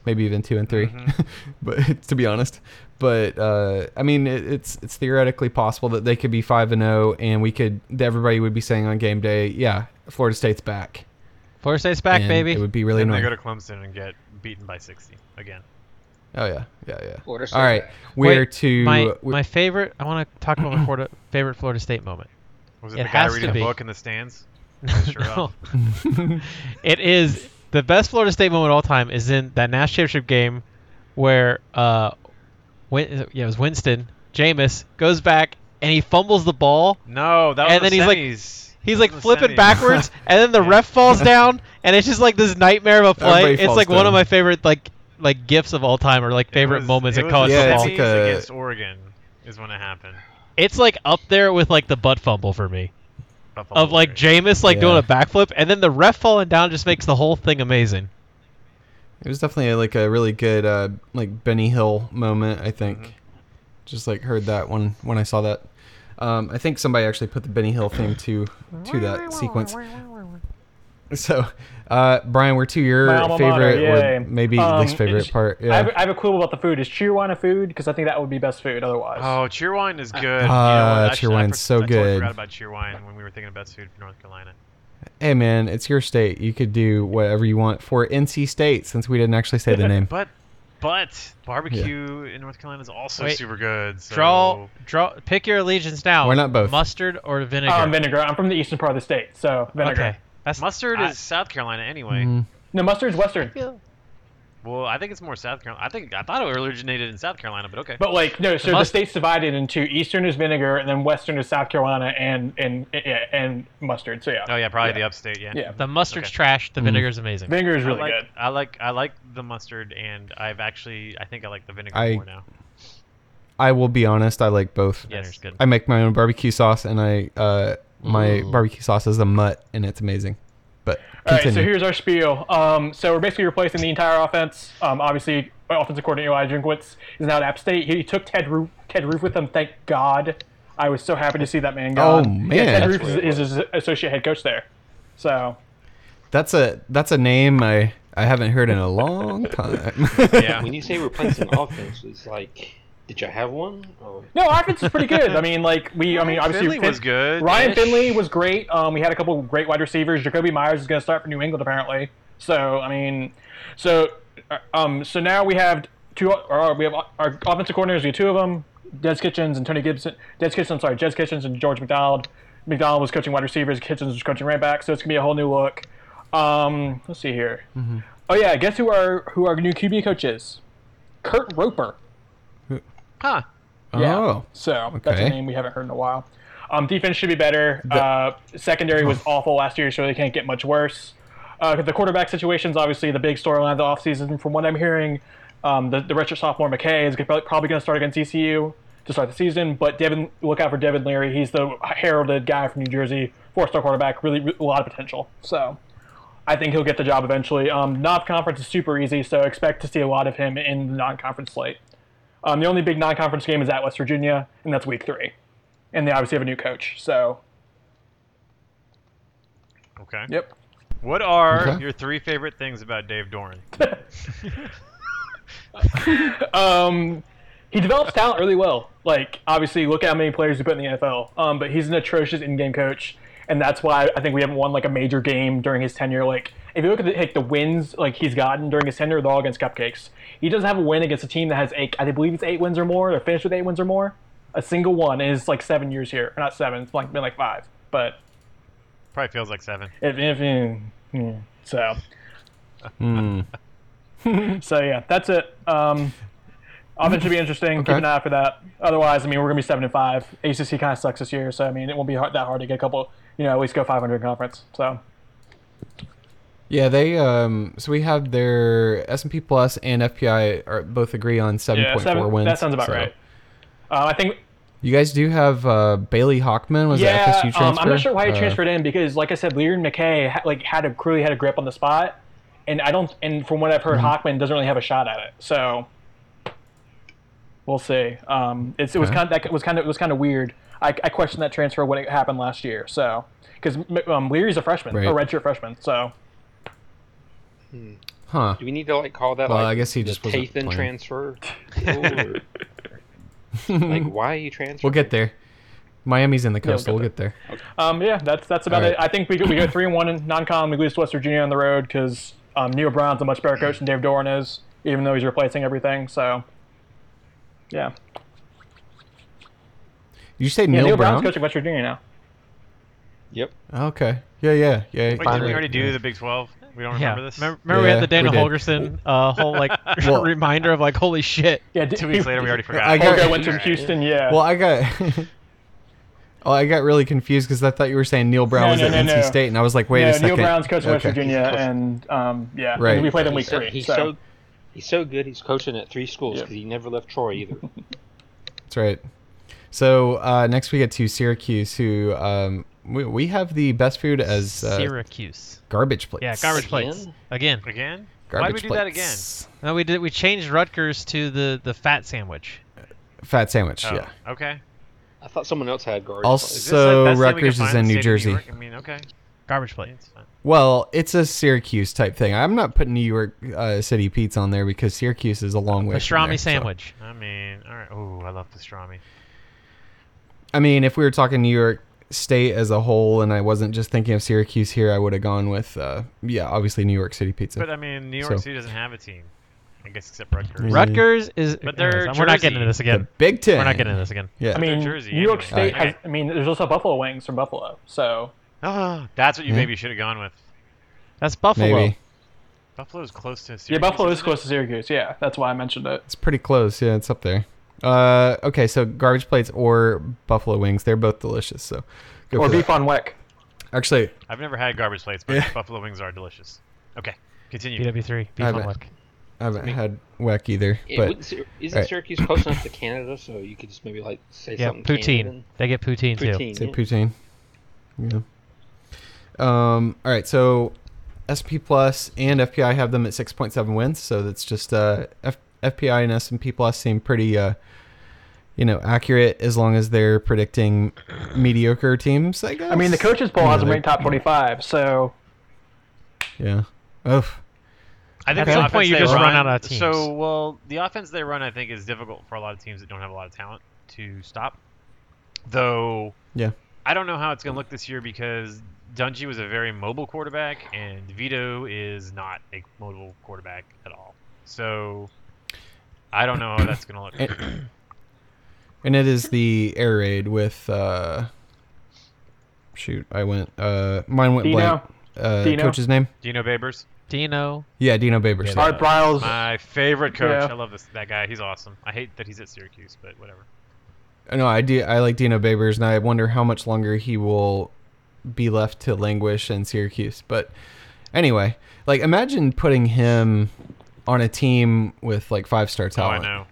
S1: maybe even two and 3
S4: Mm-hmm.
S1: but to be honest, but uh, I mean, it, it's it's theoretically possible that they could be five and zero, and we could that everybody would be saying on game day, yeah, Florida State's back.
S4: Florida State's back,
S1: And
S4: baby.
S1: It would be really
S3: Then they
S1: annoying.
S3: go to Clemson and get beaten by 60 again.
S1: oh yeah, yeah, yeah.
S2: Florida State
S1: All right,
S2: back.
S1: we're
S4: Wait,
S1: to
S4: my
S1: we-
S4: my favorite. I want to talk about my Florida, favorite Florida State moment.
S3: Was it, the
S4: It
S3: guy
S4: has to
S3: reading
S4: be.
S3: a book in the stands? Sure
S4: No.
S3: will.
S4: it is the best Florida State moment of all time. Is in that national championship game where uh, Win- yeah, it was Winston Jameis goes back and he fumbles the ball.
S3: No, that was
S4: And
S3: the
S4: then he's like-
S3: semis.
S4: He's
S3: That
S4: like
S3: was the
S4: flipping
S3: semis.
S4: backwards, and then the ref falls down, and it's just like this nightmare of a play.
S1: Everybody
S4: it's
S1: falls
S4: like one of
S1: down.
S4: my favorite like like gifs of all time, or like
S3: It
S4: favorite
S3: was-
S4: moments
S3: it
S4: at
S3: was
S4: college
S3: the
S1: Yeah, it's
S4: football.
S1: like
S3: semis
S1: a-
S3: against Oregon is when it happened.
S4: It's like up there with like the butt fumble for me
S3: Buffalo
S4: of like
S3: Warriors.
S4: Jameis like doing
S1: Yeah.
S4: a backflip, and then the ref falling down just makes the whole thing amazing.
S1: It was definitely like a really good uh, like Benny Hill moment. I think
S5: Mm-hmm.
S1: just like heard that one when I saw that. Um, I think somebody actually put the Benny Hill theme to to that sequence. So, uh, Brian, we're to your
S5: My alma mater,
S1: favorite or
S5: yay.
S1: maybe
S5: Um,
S1: least favorite
S5: it's-
S1: part.
S5: I, have,
S1: Yeah.
S5: I have a clue about the food. Is Chihuahua food? Because I think that would be best food otherwise.
S3: Oh, Cheerwine
S4: Uh,
S3: is good. You know what?
S1: Ah,
S3: I should- I
S1: Cheerwine's
S3: for-
S1: so
S3: I totally
S1: good.
S3: forgot about Cheerwine when we were thinking about food for North Carolina.
S1: Hey, man, it's your state. You could do whatever you want for NC State since we didn't actually say the name.
S3: But but barbecue in North Carolina is also
S4: Wait.
S3: super good. So
S4: Draw, draw, pick your allegiance now.
S1: Why not both?
S4: Mustard or vinegar?
S3: Oh,
S5: Um, vinegar. I'm from the eastern part of the state, so vinegar.
S4: okay, that's
S3: mustard
S4: I-
S3: is South Carolina anyway.
S1: Mhm.
S5: No, mustard's western.
S3: Well, I think it's more South Carolina. I think I thought it originated in South Carolina, but okay.
S5: But like no, so the
S4: must-
S5: state's divided into eastern is vinegar, and then western is South Carolina and and yeah, and mustard. So yeah,
S3: oh yeah, probably the upstate. Yeah.
S5: yeah,
S4: The mustard's
S3: Okay.
S4: trash. The
S1: Mm.
S4: vinegar's amazing.
S5: vinegar is really
S3: I like,
S5: good.
S3: I like I like the mustard, and I've actually I think I like the vinegar
S1: I-
S3: more now.
S1: I will be honest. I like both.
S3: Yes.
S4: Vinegar's good.
S1: I make my own barbecue sauce, and I uh, my barbecue sauce is a mutt, and it's amazing. But
S5: All right, so
S1: continue.
S5: here's our spiel. Um, so we're basically replacing the entire offense. Um, obviously, our offensive coordinator Eli Drinkwitz is now at App State. He took Ted Roof, Ted Roof with him. Thank God. I was so happy to see that man gone.
S1: Oh, man.
S5: yeah, Ted
S1: That's
S5: Roof is, is his associate head coach there. So
S1: That's a that's a name I I haven't heard in a long time.
S3: Yeah.
S2: When you say replacing offense, it's like, did you have one? Oh, Or
S5: no, our offense is pretty good. I mean, like we, I mean, obviously
S3: Finley was good.
S5: Ryan Finley was great. Um, we had a couple great wide receivers. Jacoby Myers is going to start for New England apparently. So I mean, so uh, um, so now we have two. Or uh, we have our offensive coordinators. We have two of them: Des Kitchens and Tony Gibson. Des Kitchens, I'm sorry, Des Kitchens and George McDonald. McDonald was coaching wide receivers. Kitchens was coaching right back. So it's going to be a whole new look. Um, let's see here. Oh yeah, guess who our who our new QB coach is? Kurt Roper.
S3: Huh.
S5: Yeah.
S1: Oh,
S5: So that's
S1: Okay.
S5: a name we haven't heard in a while. Um, defense should be better. Uh, secondary was awful last year, so they can't get much worse. Uh, the quarterback situation is obviously the big storyline of the offseason. From what I'm hearing, um, the, the redshirt sophomore McKay is gonna- probably going to start against ECU to start the season. But Devin, look out for Devin Leary. He's the heralded guy from New Jersey, four-star quarterback, really, really a lot of potential. So I think he'll get the job eventually. Um, non-conference is super easy, so expect to see a lot of him in the non-conference slate. Um, the only big non-conference game is at West Virginia, and that's week three. And they obviously have a new coach. So,
S3: Okay.
S5: yep.
S3: What are
S1: Okay.
S3: your three favorite things about Dave Doran?
S5: um, he develops talent really well. Like, obviously, look at how many players he put in the NFL. Um, but he's an atrocious in-game coach, and that's why I think we haven't won like a major game during his tenure. Like, if you look at the, like the wins like he's gotten during his tenure, they're all against cupcakes. He doesn't have a win against a team that has eight. I believe it's eight wins or more. They're finished with eight wins or more. A single one is like seven years here, or not seven. It's like been like five, but
S3: Probably feels like seven.
S5: if, if yeah. so.
S1: Hmm.
S5: So yeah, that's it. Um, offense should be interesting.
S1: Okay.
S5: Keep an eye out for that. Otherwise, I mean, we're gonna be seven and five. ACC kind of sucks this year, so I mean, it won't be hard, that hard to get a couple. You know, at least go 500 in conference. So
S1: Yeah, they um. So we have their S and P Plus and FPI are both agree on seven
S5: yeah,
S1: point four
S5: seven,
S1: wins.
S5: that sounds about
S1: so-
S5: right. Um, I think.
S1: You guys do have uh, Bailey Hawkman was that
S5: Yeah,
S1: FSU transfer.
S5: um, I'm not sure why he
S1: Uh,
S5: transferred in because, like I said, Leary McKay ha- like had a clearly had a grip on the spot, and I don't. And from what I've
S1: Mm-hmm.
S5: heard, Hockman doesn't really have a shot at it. So we'll see. Um, it's, it was
S1: Okay.
S5: kind of, that was kind of it was kind of weird. I, I questioned that transfer when it happened last year. So because um, Leary's a freshman, a
S1: Right.
S5: redshirt freshman. So
S1: Huh.
S2: Do we need to like call that
S1: Well,
S2: like
S1: I guess he
S2: the
S1: just wasn't
S2: Tathan
S1: playing.
S2: transfer? Or, like why are you transferring?
S1: We'll get there. Miami's in the coast.
S5: we'll
S1: we'll get there.
S5: um, yeah, that's that's about
S1: All
S5: it.
S1: right.
S5: I think we go, we go three and one in non-con. We lose to West Virginia on the road because um, Neil Brown's a much better coach than Dave Doran is, even though he's replacing everything. So yeah.
S1: Did you say
S5: Yeah,
S1: Neil,
S5: Neil Brown's
S1: Brown?
S5: coaching West Virginia now.
S2: Yep.
S1: Okay. Yeah, yeah, yeah.
S3: Wait,
S1: you're
S3: did we
S1: right,
S3: already do
S1: yeah.
S3: the Big 12? We don't
S4: Yeah.
S3: remember this?
S4: Remember, remember we
S1: Yeah,
S4: had the Dana
S1: we did.
S4: Holgerson uh, whole like
S1: Well-
S4: reminder of like holy shit.
S5: Yeah, d-
S3: Two weeks later, we already
S1: I
S3: forgot.
S1: got-
S5: Olga went to Houston. Yeah.
S1: Well, I got. well, I got really confused because I thought you were saying Neil Brown
S5: No,
S1: was
S5: no,
S1: at
S5: no,
S1: NC
S5: no.
S1: State, and I was like, wait
S5: yeah,
S1: a second.
S5: Neil Brown's coach of West
S1: Okay.
S5: Virginia,
S2: He's coach.
S5: and um, yeah, and
S1: Right.
S5: we played in week
S2: He's so,
S5: three.
S2: he's
S5: so.
S2: so he's so good. He's coaching at three schools
S5: Yeah.
S2: because he never left Troy either.
S1: That's right. So uh, next we get to Syracuse, who um, we, we have the best food as uh,
S4: Syracuse.
S1: garbage plates.
S4: Yeah, garbage plates
S2: Again?
S4: again.
S3: Again?
S1: Garbage
S3: Why did we do that again?
S1: plates.
S4: No, we did. We changed Rutgers to the the fat sandwich.
S1: Fat sandwich.
S3: Oh,
S1: Yeah.
S3: Okay.
S2: I thought someone else had guards.
S1: Also-
S3: Is this, like,
S1: So
S3: best thing we can
S1: Rutgers is
S3: find
S1: in New
S3: the state of
S1: Jersey.
S3: York? I mean, okay.
S4: Garbage plate.
S3: It's fine.
S1: Well, it's a Syracuse type thing. I'm not putting New York uh, City Pete's on there because Syracuse is a
S3: Uh,
S1: long way. from
S4: Pastrami
S1: there, so-
S4: sandwich.
S3: I mean, all right. Ooh, I love pastrami.
S1: I mean, if we were talking New York State as a whole, and I wasn't just thinking of Syracuse here, I would have gone with uh, yeah, obviously New York City pizza.
S3: But I mean, New York
S1: So-
S3: City doesn't have a team, I guess, except Rutgers.
S1: Really?
S4: Rutgers is.
S3: But they're
S4: anyways, we're not getting
S3: Jersey.
S4: into this
S1: the
S4: again.
S1: Big Ten.
S4: We're not getting into this again.
S1: Yeah.
S5: I mean,
S3: Jersey,
S5: New York
S3: anyway.
S5: State
S1: Alright.
S5: has. I mean, there's also Buffalo wings from Buffalo. So
S3: Ah, that's what you
S1: Yeah.
S3: maybe should have gone with.
S4: That's Buffalo.
S1: maybe
S3: Buffalo's close to Syracuse.
S5: yeah, Buffalo is
S3: isn't it?
S5: close to Syracuse. Yeah, that's why I mentioned it.
S1: it's pretty close. Yeah, it's up there. Uh, okay, so garbage plates or buffalo wings, they're both delicious. So go
S5: Or
S1: for that.
S5: beef on Weck.
S1: Actually,
S3: I've never had garbage plates, but
S1: Yeah.
S3: buffalo wings are delicious. Okay, continue.
S4: BW3. Beef
S1: I
S4: on
S1: bet.
S4: luck.
S1: I haven't had whack either,
S2: It
S1: but
S2: wouldn't Sy- isn't
S1: right.
S2: Syracuse close enough to Canada, so you could just maybe like say
S4: Yeah,
S2: something.
S4: poutine.
S2: Canadan?
S4: They get poutine, too.
S2: Poutine.
S1: Say
S2: yeah.
S1: poutine. Yeah. Um. All right. So, SP Plus and FPI have them at six point seven wins. So that's just uh, F- FPI and S&P Plus seem pretty uh, you know, accurate as long as they're predicting mediocre teams. I guess.
S5: I mean, the coaches poll
S1: Yeah,
S5: has them
S1: they-
S5: ranked top 45. So
S1: Yeah. Ugh.
S3: I think
S4: At
S3: the
S4: some
S3: offense
S4: point, you
S3: they
S4: just
S3: run,
S4: run out of teams.
S3: So, well, the offense they run, I think, is difficult for a lot of teams that don't have a lot of talent to stop. Though,
S1: Yeah.
S3: I don't know how it's going to look this year because Dungy was a very mobile quarterback, and Vito is not a mobile quarterback at all. So, I don't know how that's going to look.
S1: And, and it is the air raid with uh. Shoot, I went. Uh, mine went
S5: Dino.
S1: blank. Uh,
S5: Dino.
S1: coach's name?
S3: Do you know Babers?
S4: Dino.
S1: Yeah, Dino Babers.
S5: Art Briles.
S3: My favorite coach.
S5: Yeah.
S3: I love this that guy. He's awesome. I hate that he's at Syracuse, but whatever.
S1: No, I do. I like Dino Babers, and I wonder how much longer he will be left to languish in Syracuse. But anyway, like imagine putting him on a team with like five star
S3: Oh, I
S1: talent.
S3: know.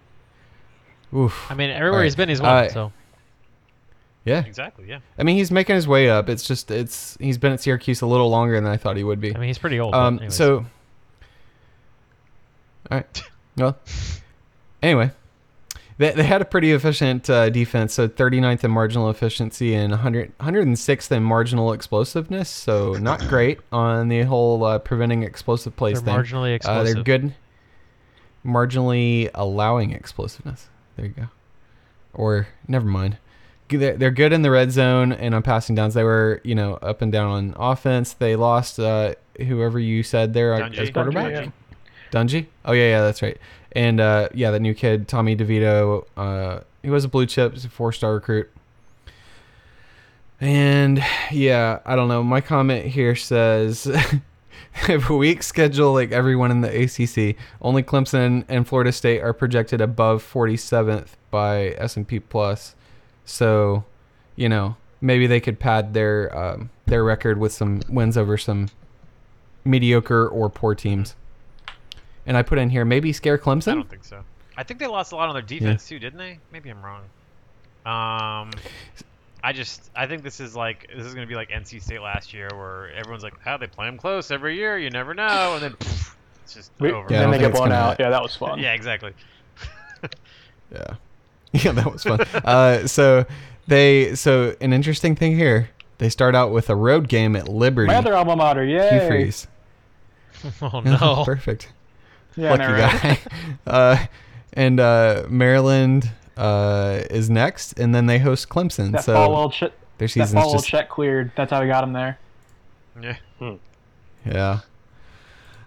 S1: Oof.
S4: I mean, everywhere
S1: Alright.
S4: he's been, he's won.
S1: Uh,
S4: so
S1: Yeah.
S3: Exactly. Yeah.
S1: I mean, he's making his way up. It's just it's he's been at Syracuse a little longer than I thought he would be.
S4: I mean, he's pretty old. but
S1: Um.
S4: anyways.
S1: So. All right. Well. Anyway. They, they had a pretty efficient uh, defense, so 39th in marginal efficiency and 100, 106th in marginal explosiveness. So not great on the whole uh, preventing explosive plays
S4: They're
S1: thing.
S4: marginally
S1: Uh, they're
S4: explosive.
S1: good. Marginally allowing explosiveness. There you go. Or never mind. G- They're they're good in the red zone and on passing downs. They were you know up and down on offense. They lost uh, whoever you said there uh,
S3: Dungy.
S1: as quarterback.
S5: Dungy,
S1: Dungy. Oh yeah, yeah, that's right. And uh, yeah, that new kid Tommy DeVito. Uh, he was a blue chip. He's a four star recruit. And yeah, I don't know. My comment here says if a weak schedule like everyone in the ACC, only Clemson and Florida State are projected above 47th by S&P Plus. So, you know, maybe they could pad their um, their record with some wins over some mediocre or poor teams. And I put in here maybe scare
S3: I
S1: Clemson.
S3: don't think so. I think they lost a lot on their defense too, didn't they? Maybe I'm wrong. Um, I just I think this is like this is gonna be like NC State last year, where everyone's like, "How they play them close every year? You never know." And then pff, it's just
S5: We,
S3: over.
S1: Yeah, I
S5: then
S1: don't
S5: they
S1: think
S5: get
S1: it's
S5: blown
S1: gonna-
S5: out. Yeah, that was fun.
S3: Yeah, exactly.
S1: Yeah. Yeah, that was fun. uh, so they so an interesting thing here. They start out with a road game at Liberty.
S5: My other alma mater,
S1: Hugh
S5: yay!
S1: Freeze.
S4: Oh no.
S1: Perfect.
S5: Yeah,
S1: Lucky
S5: I know, right?
S1: guy. uh, and uh, Maryland uh, is next, and then they host Clemson.
S5: That
S1: so
S5: follow check,
S1: their
S5: that
S1: season's
S5: follow
S1: just
S5: check cleared. That's how we got him there.
S3: Yeah.
S1: yeah.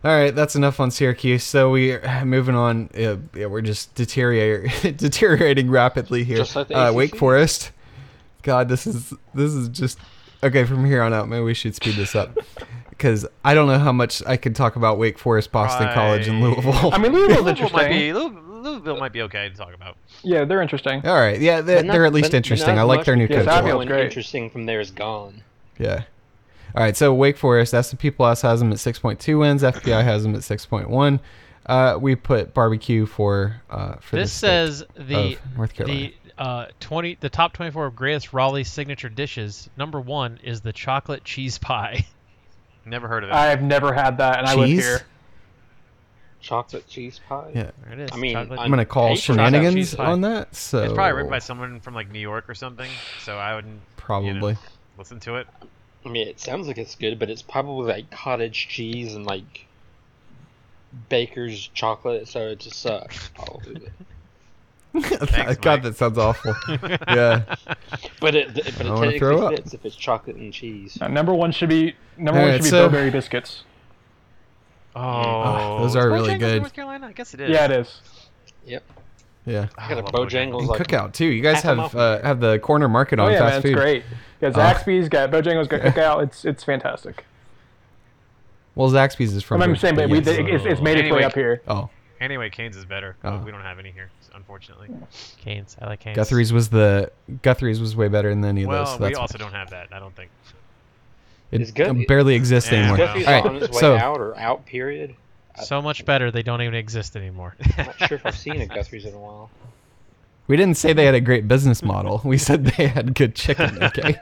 S1: All right, that's enough on Syracuse. So we are moving on. Uh, yeah, we're just deteriorating, deteriorating rapidly here.
S2: Just like the
S1: uh, Wake
S2: ACC.
S1: Forest. God, this is this is just okay. From here on out, maybe we should speed this up because I don't know how much I could talk about Wake Forest, Boston College, and
S3: Right.
S1: Louisville.
S5: I mean, Louisville's
S3: Louisville might
S5: interesting.
S3: be Louis- Louisville might be okay to talk about.
S5: Yeah, they're interesting.
S1: All right, yeah, they're,
S2: But not-
S1: they're at least
S2: but- but
S1: interesting.
S2: not
S1: I like
S2: much
S1: their new
S2: because
S1: coach. a lot.
S5: Fabio-
S2: everyone
S5: great.
S2: Interesting from there is gone.
S1: Yeah. All right. So Wake Forest, S&P Plus has them at 6.2 wins. FPI has them at 6.1. Uh, we put barbecue for uh, for
S4: This
S1: the state
S4: says the
S1: of North Carolina.
S4: the uh, 20 the top 24 of greatest Raleigh signature dishes. Number 1 is the chocolate cheese pie.
S3: Never heard of it.
S5: I've never had that, and I live
S1: Cheese?
S5: here.
S2: chocolate cheese pie.
S1: Yeah.
S4: There it is.
S2: I mean,
S4: chocolate-
S1: I'm gonna call
S2: Hey, cheese pie.
S1: shenanigans
S4: Cheese pie.
S1: on that. So
S3: It's probably written by someone from like New York or something, so I wouldn't
S1: probably.
S3: listen to it.
S2: I mean, it sounds like it's good, but it's probably like cottage cheese and like baker's chocolate, so it just sucks. Probably.
S3: Thanks,
S1: God,
S3: Mike.
S1: that sounds awful. yeah.
S2: but it, but it
S1: I wanna
S2: technically
S1: throw up.
S2: fits if it's chocolate and cheese.
S5: Uh, number one should be number
S1: All
S5: one
S1: right,
S5: should be
S1: so-
S5: Burberry biscuits.
S3: Oh,
S1: those
S3: is
S1: are really
S3: Bojangles
S1: good.
S3: North Carolina, I guess it is.
S5: Yeah, it is.
S2: Yep.
S1: Yeah.
S3: Oh,
S2: I got a
S3: love Bojangles.
S2: Bojangles
S1: And
S2: like
S1: cookout too. You guys
S2: half a
S1: have
S2: muffin.
S1: uh, have the corner market
S5: Oh
S1: on
S5: yeah, man,
S1: fast
S5: it's
S1: food. Uh,
S5: great. Got Zaxby's, got Bojangles, got Cookout. It's it's fantastic.
S1: Well, Zaxby's is from.
S5: I'm
S1: here,
S5: saying, but
S1: but
S5: we
S1: yes.
S5: did- it's, it's made its way
S3: Anyway.
S5: up here.
S1: oh,
S3: Anyway, Canes is better. but
S1: Uh-huh.
S3: We don't have any here, unfortunately.
S4: Canes. I like Canes.
S1: Guthrie's was the Guthrie's was way better than any of
S3: Well,
S1: those. so
S3: we
S1: that's
S3: also don't have that. I don't think.
S1: It
S2: It's good.
S1: barely exists
S3: Yeah.
S1: anymore.
S3: Wow.
S2: Jeffy's
S3: Jeffrey's
S1: All
S2: on
S1: right,
S2: his way
S1: so
S2: out or out period.
S4: So much better they don't even exist anymore.
S2: I'm not sure if I've seen a Guthrie's in a while.
S1: we didn't say they had a great business model. We said they had good chicken. Okay.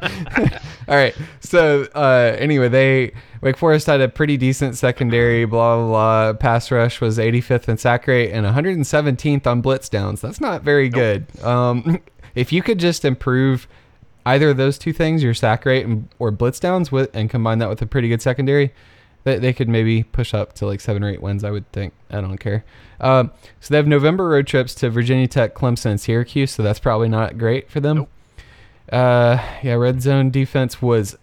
S1: All right. So uh, anyway, they Wake Forest had a pretty decent secondary. Blah blah blah. Pass rush was 85th in sack rate and 117th on blitz downs. That's not very good. Um, if you could just improve either of those two things, your sack rate and, or blitz downs, with and combine that with a pretty good secondary, they, they could maybe push up to like seven or eight wins. I would think. I don't care. Um, so they have November road trips to Virginia Tech, Clemson, and Syracuse. So that's probably not great for them. Uh, yeah, red zone defense was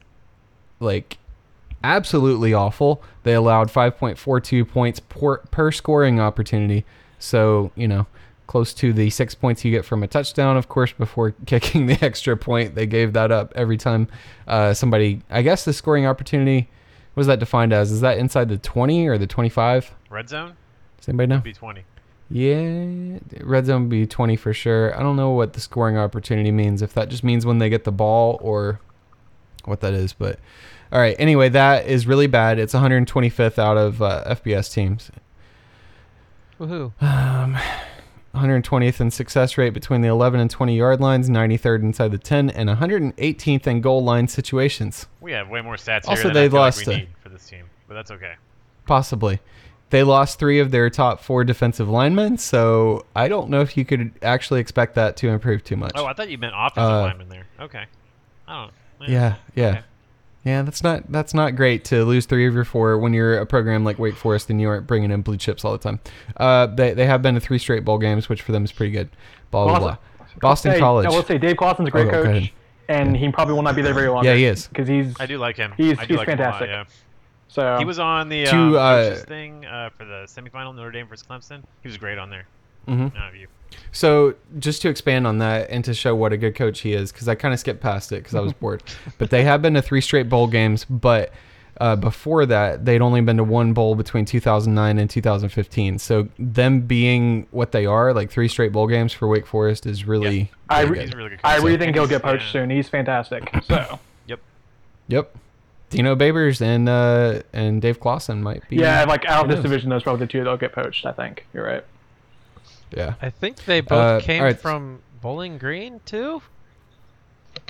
S1: like absolutely awful. They allowed 5.42 points per, per scoring opportunity. So you know. Close to the six points you get from a touchdown, of course, before kicking the extra point. They gave that up every time uh, somebody, I guess the scoring opportunity what is that defined as? Is that inside the 20 or the 25?
S3: Red zone
S1: Does anybody know?
S3: be twenty.
S1: Yeah, red zone would be 20 for sure. I don't know what the scoring opportunity means, if that just means when they get the ball or what that is. But all right, anyway, that is really bad. It's 125th out of uh, FBS teams.
S4: Woohoo.
S1: 120th in success rate between the 11 and 20 yard lines, 93rd inside the 10, and 118th in goal line situations.
S3: We have way more stats
S1: Also,
S3: here than
S1: they
S3: I feel like
S1: lost,
S3: we
S1: uh,
S3: need for this team, but that's okay.
S1: Possibly. They lost three of their top four defensive linemen, so I don't know if you could actually expect that to improve too much.
S3: Oh, I thought you meant offensive
S1: Uh,
S3: lineman there. Okay. I don't.
S1: yeah, yeah,
S3: Okay.
S1: yeah. That's not that's not great to lose three of your four when you're a program like Wake Forest and you aren't bringing in blue chips all the time. Uh, they they have been to three straight bowl games, which for them is pretty good. Blah blah blah.
S5: Boston-
S1: Boston
S5: Hey,
S1: College.
S5: I will say Dave Clawson's a great
S1: Oh, go ahead.
S5: coach, and he probably will not be there very long.
S1: Yeah, he is.
S5: because he's
S3: I do like him.
S5: He's-
S3: I do
S5: he's
S3: like
S5: fantastic.
S3: Him a lot,
S5: so
S3: yeah. He was on the
S1: To,
S3: um,
S1: uh,
S3: coaches thing uh, for the semifinal Notre Dame versus Clemson. He was great on there.
S1: Mhm.
S3: None of you.
S1: So just to expand on that and to show what a good coach he is, because I kind of skipped past it because I was bored. But they have been to three straight bowl games, but uh, before that they'd only been to one bowl between 2009 and 2015. So them being what they are, like three straight bowl games for Wake Forest, is really,
S5: I
S1: really
S5: re-
S1: good.
S3: He's a really good coach.
S5: I really think he'll
S3: he's-
S5: get poached
S3: yeah.
S5: soon. He's fantastic. So
S3: Yep.
S1: yep. Dino Babers and uh, and Dave Clausen might be
S5: yeah, like out of this
S1: knows?
S5: division, those probably the two that'll get poached. I think you're right.
S1: yeah.
S4: I think they both
S1: Uh,
S4: came
S1: alright.
S4: from Bowling Green too.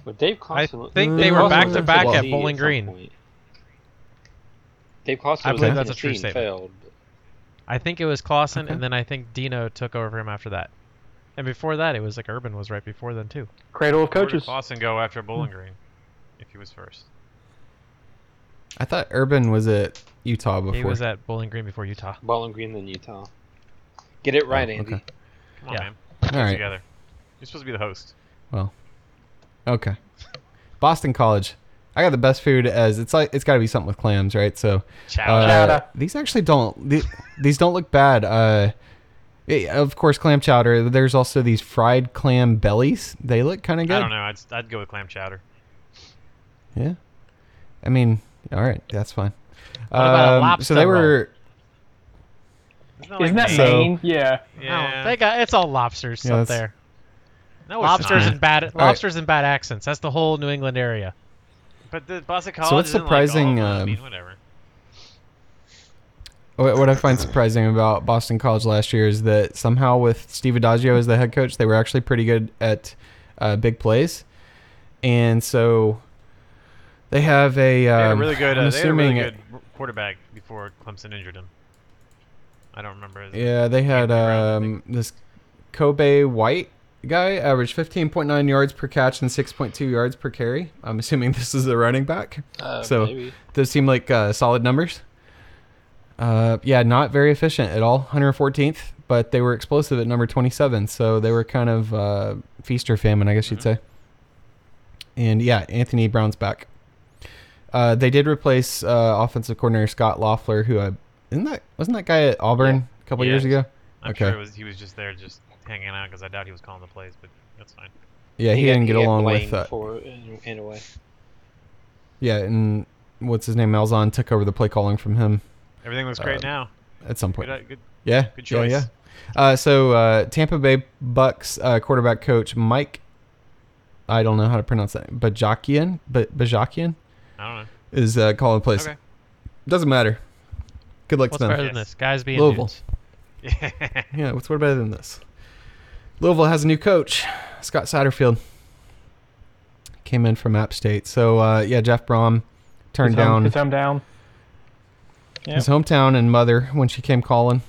S2: But Dave Clawson.
S4: I think they were
S1: back to back at
S4: Bowling Green.
S2: Dave Clawson
S4: I
S2: was
S4: believe
S2: at
S4: that's a true
S2: Tennessee and
S4: statement.
S2: failed.
S4: I think it was Clausen,
S1: Okay.
S4: and then I think Dino took over him after that. And before that, it was like Urban was right before then too.
S5: Cradle of
S3: Where did
S5: coaches.
S3: Clawson go after
S1: Mm.
S3: Bowling Green? If he was first.
S1: I thought Urban was at Utah before.
S4: He was at Bowling Green before Utah.
S2: Bowling Green than Utah. Get it right,
S1: Oh,
S2: Andy.
S1: okay.
S3: Come on,
S4: Yeah.
S3: man.
S1: All right. Uh,
S3: Together. You're supposed to be the host.
S1: Okay. Boston College. I got the best food as it's like it's got to be something with clams, right? So
S3: Challenge.
S1: Uh,
S5: Chowder.
S1: these actually don't the- these don't look bad. Uh, eh, of course, clam chowder. There's also these fried clam bellies. They look kind of good.
S3: I don't know. I'd, I'd go with clam chowder.
S1: Yeah, I mean, all right, that's fine.
S4: about a
S1: Um, so they
S4: lobster
S1: were
S5: Isn't that
S1: So-
S5: Maine? Yeah.
S3: Yeah.
S4: No, they got it's all lobsters
S1: Yeah,
S4: up
S1: that's-
S4: there.
S3: no, it's
S4: Lobsters
S3: not.
S4: and bad lobsters and bad accents. That's the whole New England area.
S3: But the Boston College.
S1: what's
S3: isn't like
S1: surprising,
S3: all of them. I
S1: um,
S3: mean, whatever.
S1: What what I find surprising about Boston College last year is that somehow with Steve Adagio as the head coach, they were actually pretty good at uh, big plays, and so they have a, um,
S3: They had a really good.
S1: I'm
S3: Uh, they had a really
S1: assuming
S3: good r- quarterback before Clemson injured him. I don't remember. His
S1: Yeah, they had
S3: around, I
S1: um, this Kobe White guy averaged 15.9 yards per catch and 6.2 yards per carry. I'm assuming this is a running back.
S2: Uh,
S1: So-
S2: maybe.
S1: Those seem like uh, solid numbers. Uh, yeah, not very efficient at all. 114th, but they were explosive at number 27, so they were kind of uh, feast or famine, I guess you'd say. And yeah, Anthony Brown's back. Uh, they did replace uh, offensive coordinator Scott Loeffler, who I, isn't that wasn't that guy at Auburn a couple
S3: Yeah.
S1: years ago?
S3: I'm
S1: okay.
S3: sure it was, he was just there, just hanging out, because I doubt he was calling the plays. But that's fine.
S1: Yeah, he,
S2: got-
S1: didn't get
S2: got
S1: along
S2: blamed
S1: with. Uh,
S2: for it in, in a way.
S1: yeah, and what's his name? Malzahn took over the play calling from him
S3: Everything looks great
S1: Uh,
S3: now.
S1: at some point.
S3: Good, uh, good.
S1: yeah,
S3: good
S1: yeah,
S3: choice.
S1: Yeah, Uh, so uh, Tampa Bay Bucks uh, quarterback coach Mike, I don't know how to pronounce that, Bajakian, B- Bajakian
S3: I don't know.
S1: is uh, calling plays.
S3: Okay.
S1: Doesn't matter. Good luck
S4: What's
S1: to them.
S4: better than
S3: Yes.
S4: this? Guys being
S1: Louisville.
S4: dudes.
S3: Yeah.
S1: Yeah, what's what better than this? Louisville has a new coach, Scott Satterfield. Came in from App State. So uh, yeah, Jeff Brom turned
S5: His home-
S1: down
S5: His home down.
S1: his hometown and mother when she came calling.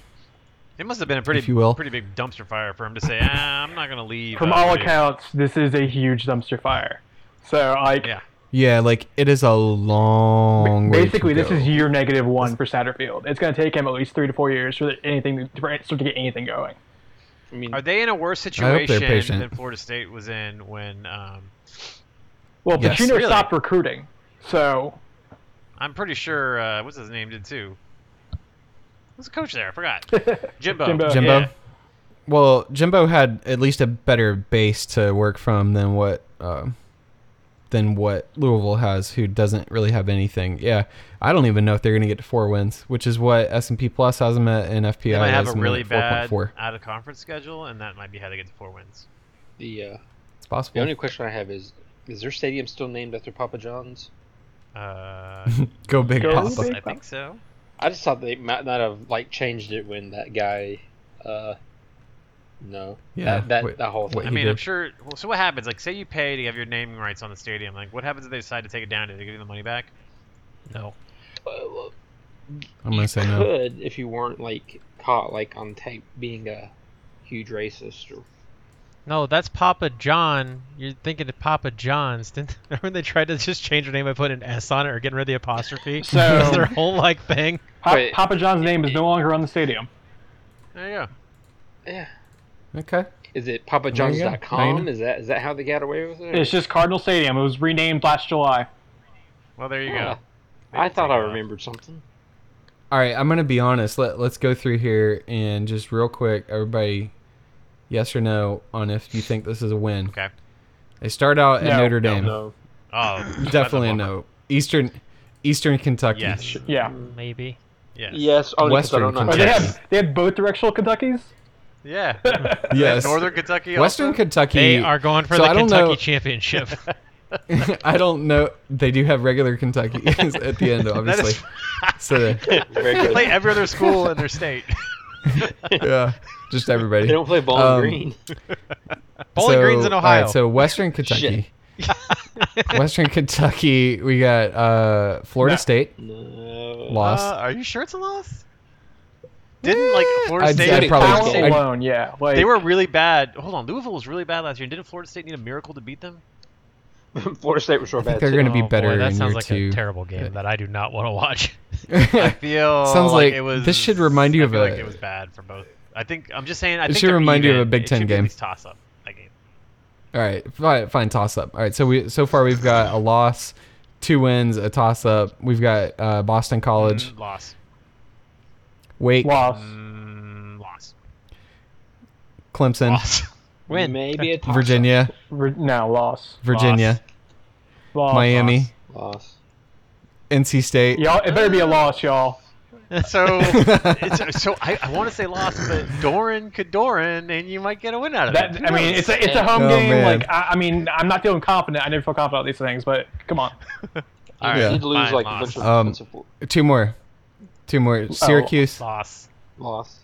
S3: It must have been a pretty,
S1: If you will.
S3: pretty big dumpster fire for him to say, ah, I'm not gonna leave.
S5: From
S3: uh,
S5: all
S3: for you."
S5: accounts, this is a huge dumpster fire. So like,
S3: Yeah.
S1: Yeah, like it is a long way. to
S5: basically, this
S1: go.
S5: is year negative one for Satterfield. It's going to take him at least three to four years for anything for it to get anything going.
S2: I mean,
S3: Are they in a worse
S1: hope they're
S3: situation than
S1: patient.
S3: Florida State was in when? Um,
S5: Well,
S1: Yes.
S5: Pacino
S1: Really?
S5: stopped recruiting, so
S3: I'm pretty sure uh, what's his name did too. Who's the coach there? I forgot. Jimbo.
S5: Jimbo.
S1: Jimbo.
S3: Oh, Yeah.
S1: Well, Jimbo had at least a better base to work from than what um, than what Louisville has, who doesn't really have anything. Yeah, I don't even know if they're going to get to four wins, which is what S and P Plus has them at, and FPI
S3: They might have
S1: has
S3: a
S1: them
S3: really
S1: at four point
S3: bad
S1: four.
S3: out of conference schedule, and that might be how they get to four wins.
S2: the uh,
S1: It's
S2: the
S1: possible.
S2: only question I have is: Is their stadium still named after Papa John's?
S3: Uh,
S1: Go big
S5: Go
S1: Papa.
S5: Big
S3: I think so.
S2: I just thought they might not have like changed it when that guy. Uh, no.
S1: Yeah,
S2: That that,
S1: wait,
S2: that whole thing.
S1: wait.
S3: I
S1: He
S3: mean, I'm
S1: did.
S3: sure. Well, so what happens? Like, say you pay to have your naming rights on the stadium. Like, what happens if they decide to take it down? Do they give you the money back?
S4: No.
S2: Uh, well,
S1: I'm gonna say no.
S2: could if you weren't like caught like on tape being a huge racist or
S4: No, that's Papa John. You're thinking of Papa John's. Didn't remember when they tried to just change their name by putting an S on it or getting rid of the apostrophe?
S5: So-
S4: That's their whole like thing.
S5: Pop,
S2: Wait.
S5: Papa John's name is no longer on the stadium.
S3: There you go.
S2: yeah.
S1: Okay.
S2: Is it papajohns.com? Is that is that how they got away with it?
S5: It's just Cardinal Stadium. It was renamed last July.
S3: Well, there you
S2: Huh.
S3: go.
S2: I thought I
S3: Take it off.
S2: remembered something.
S1: All right. I'm gonna be honest. Let Let's go through here and just real quick, everybody, yes or no on if you think this is a win.
S3: Okay.
S1: They start out at
S5: No,
S1: Notre Dame.
S5: No.
S3: Oh, that's
S1: Definitely a
S3: bummer.
S1: no. Eastern Eastern Kentucky.
S3: Yes.
S5: Yeah.
S4: Maybe.
S3: Yes.
S2: Yes, only 'cause I
S1: Western
S2: don't know.
S5: Or
S1: Kentucky.
S5: They
S3: Yes.
S5: had they had both directional Kentuckys.
S3: Yeah.
S1: Yes.
S3: Northern Kentucky.
S1: Western
S3: also?
S1: Kentucky.
S4: They are going for
S1: so
S4: the
S1: I don't
S4: Kentucky
S1: know-
S4: Championship. Oh,
S1: I don't know. They do have regular Kentucky at the end,
S3: That
S1: obviously.
S3: is.
S1: So they-
S2: Very
S3: they
S2: good.
S3: play every other school in their state.
S1: yeah, just everybody.
S2: They don't play Bowling
S1: Um,
S2: Green.
S4: Bowling Green's in
S1: all
S4: Ohio.
S1: so Western Kentucky. Western Kentucky. We got uh, Florida
S5: No.
S1: State
S2: No.
S1: lost.
S3: Uh, are you sure it's a loss? Didn't like Florida
S1: Eh, I'd-
S3: State?
S1: I'd
S3: and
S1: probably-
S3: Florida
S5: Pounds
S3: State-
S1: I'd-
S5: alone, yeah. Like,
S3: They were really bad. Hold on, Louisville was really bad last year. Didn't Florida State need a miracle to beat them?
S2: Florida State was real
S1: think
S2: bad.
S1: they're
S2: too.
S1: gonna be
S4: Oh, boy,
S1: better
S4: that
S1: in
S4: sounds
S1: year
S4: like
S1: two.
S4: a terrible game that I do not want to watch.
S3: I feel
S1: Sounds like
S3: it was.
S1: this should remind you
S3: I
S1: of
S3: feel
S1: a-
S3: like it was bad for both. I think I'm just saying. I
S1: It
S3: think
S1: should
S3: they're
S1: remind you of a
S3: even.
S1: Big
S3: It
S1: Ten
S3: should be at
S1: game.
S3: least toss up. That game.
S1: All right, fine, fine toss up. All right, so we so far we've got a loss, two wins, a toss up. We've got uh, Boston College,
S3: Mm, loss.
S4: Mm-hmm.
S1: Wake,
S5: lost.
S3: Mm, loss.
S1: Clemson,
S3: Loss.
S4: Win.
S2: Maybe a toss-up.
S1: Virginia,
S5: Re- no, lost.
S1: Virginia,
S5: Lost.
S1: Miami,
S5: Lost.
S2: Loss.
S1: NC State.
S5: Y'all, it better be a loss, y'all.
S3: So, it's, uh, so I, I want to say loss, but Doran could Doran, and you might get a win out of
S5: That I mean, it's a it's a home
S1: Oh,
S5: game.
S1: man.
S5: Like I, I mean, I'm not feeling confident. I never feel confident about these things, but come on.
S3: All
S1: Yeah.
S2: You need to lose
S3: fine,
S2: like a
S3: loss.
S2: bunch of
S1: Um,
S2: defensive w-
S1: Two more, two more. Syracuse,
S3: Loss.
S2: loss.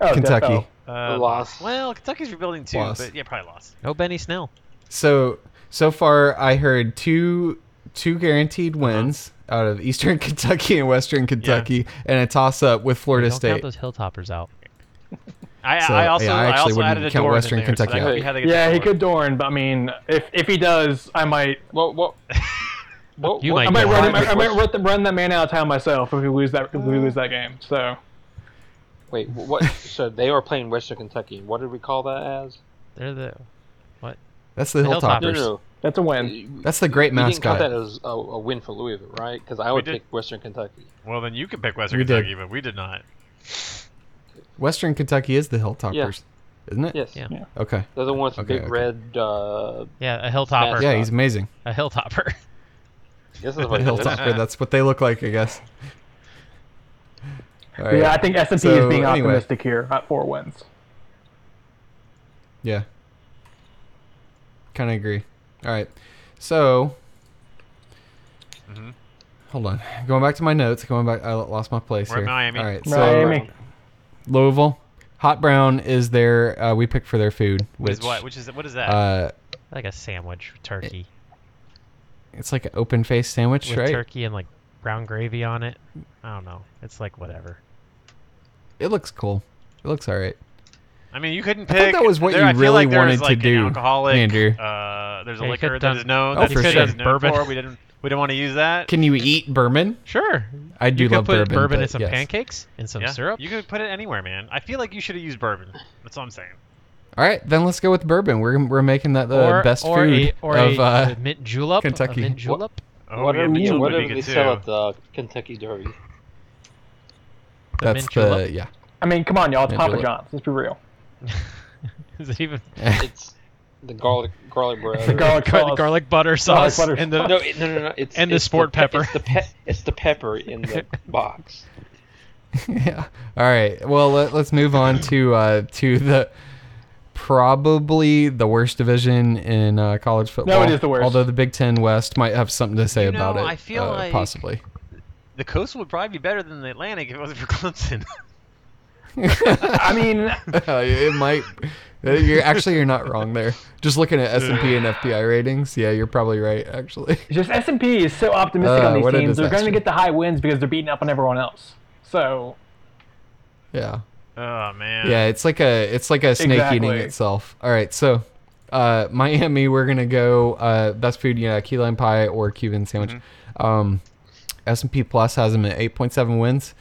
S5: Oh,
S1: Kentucky.
S5: Defo.
S3: Uh,
S2: Loss.
S3: Well, Kentucky's rebuilding too,
S1: Loss.
S3: but yeah, probably loss.
S4: No Benny Snell.
S1: So so far, I heard two two
S5: Uh-huh.
S1: guaranteed wins out of Eastern Kentucky and Western Kentucky, and a toss up with Florida
S4: Don't count
S1: State.
S4: those Hilltoppers out.
S3: I,
S1: So,
S3: I also,
S1: yeah, I
S3: I
S1: actually
S3: also
S1: wouldn't
S3: added a
S1: count
S3: Doran
S1: Western
S3: in there, so that
S1: Kentucky
S3: could
S2: out.
S3: be how they get
S5: Yeah,
S3: the
S5: he
S3: Doran.
S5: could Dorn, but I mean, if if he does, I might
S2: Well, what? what
S4: You
S2: what-
S4: might
S5: I might
S4: Yeah.
S5: run him, I might run, run that man out of town myself if we lose that if we lose that game. So
S2: Wait, wh- what? so they are playing Western Kentucky. What did we call that as?
S4: They're the
S1: That's the
S4: The Hilltoppers.
S2: No,
S1: Hilltoppers.
S2: no,
S5: that's a
S2: no.
S5: win.
S2: You-
S1: That's the great
S2: you didn't count that
S1: mascot.
S2: as a, a win for Louisville, right? Because I would
S3: did.
S2: pick Western Kentucky.
S3: Well, then you could pick Western
S1: We did.
S3: Kentucky, but we did not.
S1: Western Kentucky is the Hilltoppers, isn't it?
S2: Yes.
S4: Yeah.
S1: Okay.
S2: They're the ones with
S1: Okay,
S2: big
S1: okay.
S2: red. Uh,
S4: yeah, a Hilltopper,
S1: Yeah, he's amazing.
S4: a Hilltopper.
S2: this is
S1: A
S2: what
S1: Hilltopper. That's what they look like, I guess. All right.
S5: Yeah, I think S and P
S1: So,
S5: is being
S1: anyway.
S5: optimistic here at four wins.
S1: Yeah. Kind of agree. All right. So,
S4: Mm-hmm.
S3: Mhm.
S1: hold on. Going back to my notes. Going back. I lost my place
S3: We're at
S1: here.
S3: Miami.
S1: All right. So
S5: Miami.
S1: Louisville, hot brown is their. Uh, we pick for their food,
S3: Which
S1: which
S3: is what? Which is what is that?
S1: uh,
S4: like a sandwich, with turkey
S1: it's like an open faced sandwich,
S4: with
S1: right?
S4: turkey and like brown gravy on it. I don't know. It's like whatever.
S1: It looks cool. It looks all right.
S3: I mean, you couldn't
S1: thought
S3: pick.
S1: that was what
S3: there,
S1: you
S3: I feel
S1: really
S3: like there
S1: wanted
S3: is,
S1: to
S3: like,
S1: do,
S3: An alcoholic,
S1: Andrew.
S3: Uh, there's a
S4: Yeah, you
S3: liquor
S4: could've
S3: that
S4: done-
S3: is known.
S1: Oh,
S3: that
S1: for
S3: Kentucky
S1: sure.
S3: is known
S4: Bourbon.
S3: for. We didn't. We didn't want to use that.
S1: Can you eat bourbon?
S4: Sure.
S1: I do
S4: you could
S1: love
S4: put
S1: bourbon.
S4: bourbon
S1: but
S4: in some
S1: yes.
S4: pancakes and some
S3: yeah.
S4: syrup.
S3: You could put it anywhere, man. I feel like you should have used bourbon. That's all I'm saying.
S1: All right, then let's go with bourbon. We're we're making that the
S4: or
S1: best
S4: or
S1: food
S4: a, or
S1: of
S4: a
S1: uh,
S4: mint julep. a
S1: Kentucky.
S4: mint
S1: What-
S4: julep.
S3: Oh,
S2: what
S3: yeah,
S2: are, yeah,
S3: Mitchell
S2: what
S3: would
S2: do
S3: be
S2: they
S3: good
S2: sell
S3: too.
S2: at the Kentucky Derby?
S4: The
S1: that's
S4: mint
S1: the
S4: julep.
S1: yeah.
S5: I mean, come on, y'all. It's
S1: Yeah,
S5: Papa
S1: Julep.
S5: John's. Let's be real.
S4: Is it even
S2: It's the garlic garlic bread.
S5: The garlic
S4: gar-
S5: sauce.
S4: garlic butter
S5: Garlic
S4: sauce
S5: butter
S4: and
S5: sauce.
S4: the
S2: No, it, no, no, no. It's
S4: And the
S2: it's
S4: sport
S2: pe-
S4: pepper.
S2: It's the, pe- it's the pepper in the box.
S1: yeah. All right. Well, let, let's move on to uh, to the probably the worst division in uh, college football.
S5: is the worst.
S1: Although the Big Ten West might have something to say
S3: You
S1: about
S3: know,
S1: it.
S3: I feel
S1: uh,
S3: like-
S1: possibly.
S3: The coastal would probably be better than the Atlantic if it wasn't for Clemson.
S5: I mean,
S1: Uh, it might. uh, You're actually you're not wrong there. Just looking at S and P and FPI ratings, yeah, you're probably right. Actually,
S5: It's just S and P is so optimistic
S1: Uh,
S5: on these
S1: what a
S5: teams. They're going
S1: disaster.
S5: to get the high wins because they're beating up on everyone else. So
S1: yeah.
S3: Oh man.
S1: Yeah, it's like a it's like a snake eating
S5: Exactly.
S1: itself. All right, so uh, Miami, we're gonna go uh, best food, yeah, key lime pie or Cuban sandwich.
S5: Mm-hmm.
S1: Um, S and P Plus has them at eight point seven wins.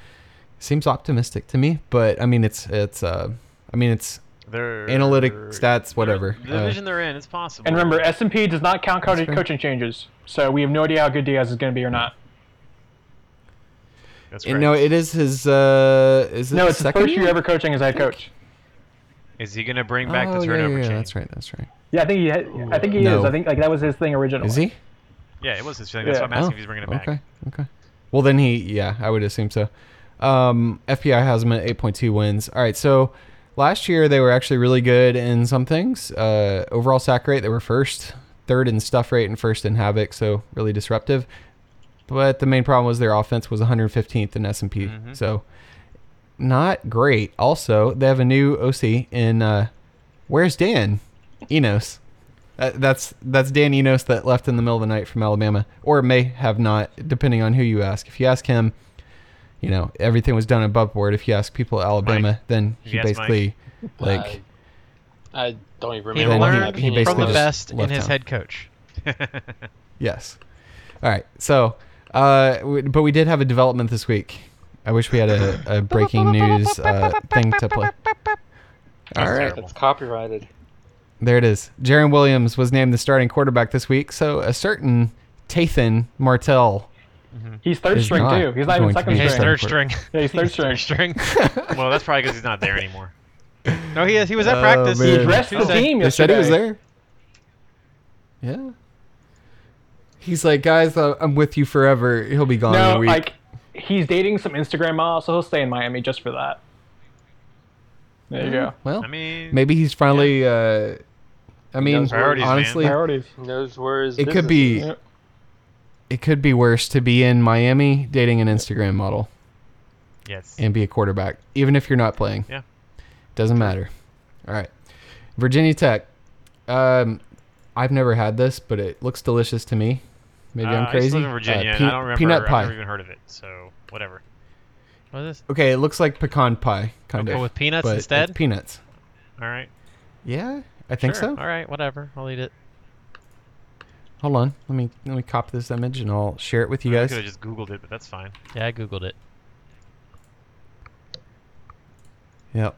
S1: Seems optimistic to me, but I mean it's it's uh, I mean it's
S3: They're
S1: analytic stats whatever.
S3: The
S1: Uh,
S3: division they're in is possible.
S5: and remember, S and P does not count coaching,
S1: fair.
S5: coaching changes. So we have no idea how good Diaz is going to be or not.
S3: That's
S1: and
S3: right.
S1: no, it is his uh, is it
S5: No, it's his
S1: second
S5: first year ever coaching as head coach.
S3: Is he gonna bring back
S1: Oh,
S3: the
S1: yeah, yeah,
S3: turnover
S1: yeah,
S3: chain?
S1: that's right, that's right.
S5: Yeah, I think he. ha- I think he
S1: No.
S5: is. I think like that was his thing originally.
S1: Is he?
S3: Yeah, it was his thing. That's
S5: Yeah.
S3: why I'm asking
S1: Oh,
S3: if he's bringing it back.
S1: Okay. Okay. Well, then he, yeah, I would assume so. Um, FPI has him at 8.2 wins. All right. So last year they were actually really good in some things. Uh, overall sack rate, they were first, third in stuff rate, and first in havoc. So really disruptive. But the main problem was their offense was 115th in S and P.
S3: Mhm.
S1: So not great. Also, they have a new OC in. Uh, where's Dan? Enos. That, that's that's Dan Enos that left in the middle of the night from Alabama, or may have not, depending on who you ask. If you ask him, you know everything was done above board. If you ask people at Alabama, then
S3: If
S1: he
S3: you ask
S1: basically like
S2: I, I don't even
S4: He
S1: Then
S2: remember. what my
S4: learned
S1: he
S2: opinion
S4: from
S1: basically
S4: the
S2: was.
S1: just
S4: best in
S1: left
S4: his
S1: town.
S4: head coach.
S1: yes. All right, so uh, we, but we did have a development this week. I wish we had a, a breaking news uh, thing to play. All right.
S2: It's copyrighted.
S1: There it is. Jaron Williams was named the starting quarterback this week, so a certain Tathan Martell.
S5: He's third
S1: He's
S5: string
S1: not
S5: too. He's not
S1: going
S5: even
S1: to
S5: second
S1: be starting quarter-
S4: He's third
S5: string.
S4: string.
S5: Yeah, he's third string.
S4: Third string.
S3: well, that's probably because he's not there anymore.
S4: No, he is. He was at
S1: Oh,
S4: practice.
S1: man.
S5: He addressed the
S4: Tuesday.
S5: team
S1: They said
S5: yesterday.
S1: he was there. Yeah. He's like, guys, I- I'm with you forever. He'll be gone in
S5: No,
S1: a week.
S5: like he's dating some Instagram model, so he'll stay in Miami just for that. There you go.
S1: well,
S3: I mean,
S1: maybe he's finally. Uh, I mean,
S2: knows
S3: priorities, man.
S1: honestly,
S5: Priorities.
S2: Who knows where his
S1: it could
S2: business
S1: be.
S2: is.
S5: Yeah.
S1: It could be worse to be in Miami dating an Instagram model
S3: yes.
S1: and be a quarterback, even if you're not playing.
S3: Yeah.
S1: Doesn't matter. All right. Virginia Tech. Um, I've never had this, but it looks delicious to me. Maybe
S3: Uh,
S1: I'm
S3: I used
S1: crazy.
S3: to live in Virginia,
S1: Uh,
S3: and
S1: pe-
S3: I don't remember.
S1: Peanut
S3: I've
S1: pie.
S3: never even heard of it, so whatever.
S4: What is this?
S1: Okay, it looks like pecan pie, kind
S4: Okay,
S1: of.
S4: with peanuts
S1: but
S4: instead?
S1: It's peanuts.
S3: All right.
S1: Yeah, I think
S4: Sure.
S1: so.
S4: All right, whatever. I'll eat it.
S1: Hold on, let me let me copy this image and I'll share it with you
S3: I
S1: guys.
S3: could have just Googled it, but that's fine.
S4: Yeah, I googled it.
S1: Yep.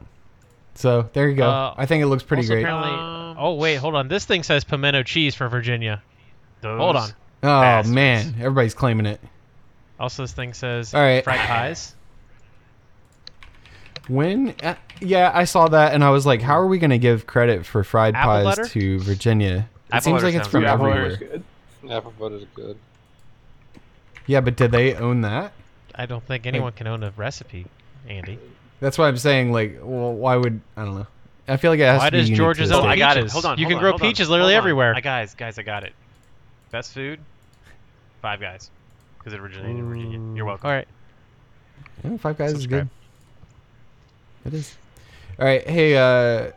S1: So there you go.
S4: Uh,
S1: I think it looks pretty
S4: also
S1: great.
S4: Apparently,
S3: Um,
S4: oh wait, hold on. This thing says pimento cheese for Virginia.
S3: Those,
S4: Hold on.
S1: Oh
S3: bastards.
S1: man, everybody's claiming it.
S4: Also, this thing says
S1: All right.
S4: fried pies.
S1: When? Uh, yeah, I saw that and I was like, how are we gonna give credit for fried
S4: Apple
S1: pies
S4: butter?
S1: to Virginia? It
S3: Apple
S1: seems
S3: butter
S1: like it's
S3: sounds
S1: from
S3: good.
S5: Apple
S1: everywhere.
S5: Waters good.
S2: Apple butter's good.
S1: Yeah, but did they own that?
S4: I don't think anyone can own a recipe, Andy.
S1: That's why I'm saying, like, well, why would I don't know? I feel like it has
S4: Why
S1: to be
S4: does
S1: unique to
S4: Georgia's
S1: the
S4: own
S3: Oh,
S1: state.
S3: I got it.
S4: Peaches.
S3: Hold on.
S4: You
S3: hold
S4: can
S3: on,
S4: grow
S3: hold on,
S4: peaches literally
S3: hold on.
S4: everywhere.
S3: I, guys, guys, I got it. Best food, Five Guys, because it originated in Virginia. You're welcome.
S4: All right.
S1: Yeah, Five Guys
S3: Subscribe.
S1: is good. It is. All right. Hey, uh,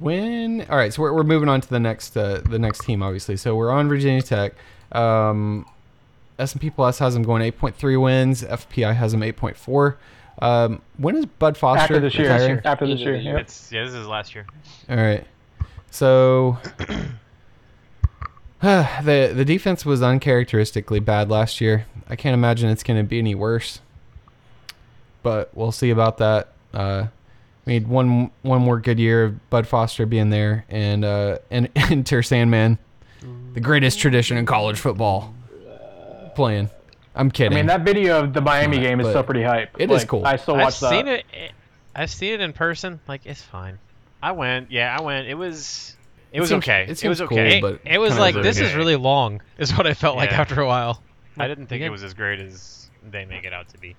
S1: when? All right. So we're, we're moving on to the next uh, the next team, obviously. So we're on Virginia Tech. Um, S and P Plus has them going 8.3 wins. FPI has them 8.4. Um, when is Bud Foster
S5: After this year.
S1: retiring?
S5: After this
S2: Either
S5: year.
S2: year.
S5: yeah.
S3: It's yeah. This is last year.
S1: All right. So the the defense was uncharacteristically bad last year. I can't imagine it's going to be any worse. But we'll see about that. Uh, we need one one more good year of Bud Foster being there and uh, and enter Sandman, the greatest tradition in college football. Playing, I'm
S5: I
S1: kidding.
S5: mean that video of the Miami
S1: Right,
S5: game is
S1: but
S5: still pretty hype.
S1: it
S5: It
S1: is
S5: is
S1: cool.
S5: I still
S4: I've
S5: watch that.
S4: seen it. eh, I've seen it in person. Like it's fine.
S3: I went. Yeah, I went. It was. It, was
S1: seems-
S3: okay.
S1: it
S3: It,
S1: seems
S3: was
S1: cool,
S3: okay.
S1: but-
S4: It was
S1: Kinda
S4: like
S3: was
S4: this is
S3: okay.
S4: really long. Is what I felt like
S3: Yeah.
S4: after a while.
S3: I didn't think
S4: Yeah.
S3: it was as great as they make it out to be.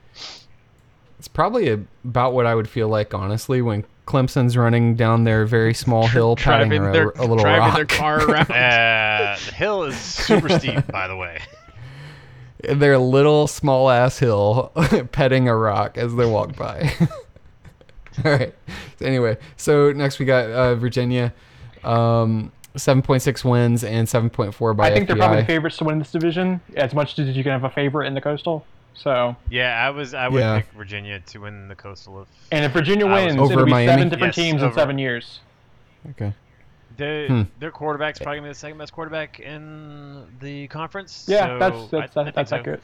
S1: It's probably about what I would feel like, honestly, when Clemson's running down their very small hill, patting
S4: driving
S1: a,
S4: their
S1: a little
S4: driving
S1: rock.
S4: their car around.
S3: Uh, the hill is super steep, by the way.
S1: their little small ass hill petting a rock as they walk by. All right. anyway, so next we got uh, Virginia, um, 7.6 wins and 7.4 by
S5: I think
S1: FBI.
S5: they're probably the favorites to win this division, as much as you can have a favorite in the Coastal. So,
S3: Yeah, I was. I would
S1: Yeah.
S3: pick Virginia to win the Coastal. If
S5: and if Virginia
S3: I was-
S5: wins,
S1: Over
S5: it'll be
S1: Miami?
S5: seven different
S3: Yes,
S5: teams in
S3: over.
S5: seven years.
S1: okay.
S3: the,
S1: Hmm.
S3: their quarterback's probably gonna be the second best quarterback in the conference.
S5: Yeah,
S3: so
S5: that's that's
S3: I, I think
S5: that's
S3: so.
S5: accurate.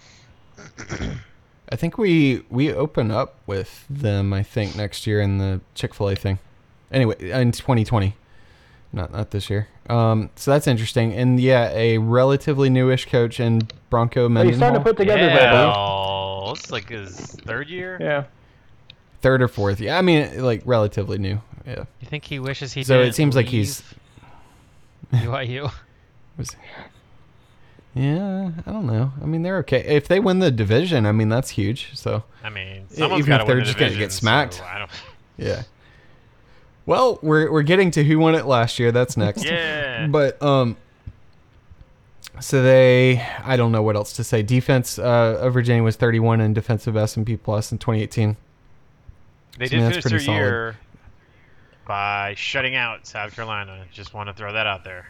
S1: I think we we open up with them. I think next year in the Chick Fil A thing. Anyway, in 2020, not not this year. Um, so that's interesting. And yeah, a relatively newish coach in Bronco
S5: Are you starting
S1: Mendenhall,
S5: to put together,
S3: Yeah,
S5: Brad?
S3: oh, it's like his third year.
S5: Yeah.
S1: third or fourth. Yeah, I mean like relatively new. Yeah,
S4: You think he wishes he
S1: So it
S4: didn't
S1: seems like he's-
S4: leave BYU.
S1: Was- yeah. I don't know. I mean they're okay if they win the division. I mean that's huge. So
S3: I mean,
S1: Yeah, E-
S3: someone's
S1: even
S3: got to
S1: if they're
S3: win the
S1: just gonna get
S3: division, so
S1: smacked.
S3: I don't.
S1: yeah. Well, we're we're getting to who won it last year. That's next.
S3: Yeah.
S1: But um, so they, I don't know what else to say. Defense uh, of Virginia was 31 and defensive S and P plus in 2018.
S3: They
S1: I
S3: did
S1: mean,
S3: finish
S1: that's
S3: their
S1: pretty solid.
S3: year by shutting out South Carolina. Just want to throw that out there.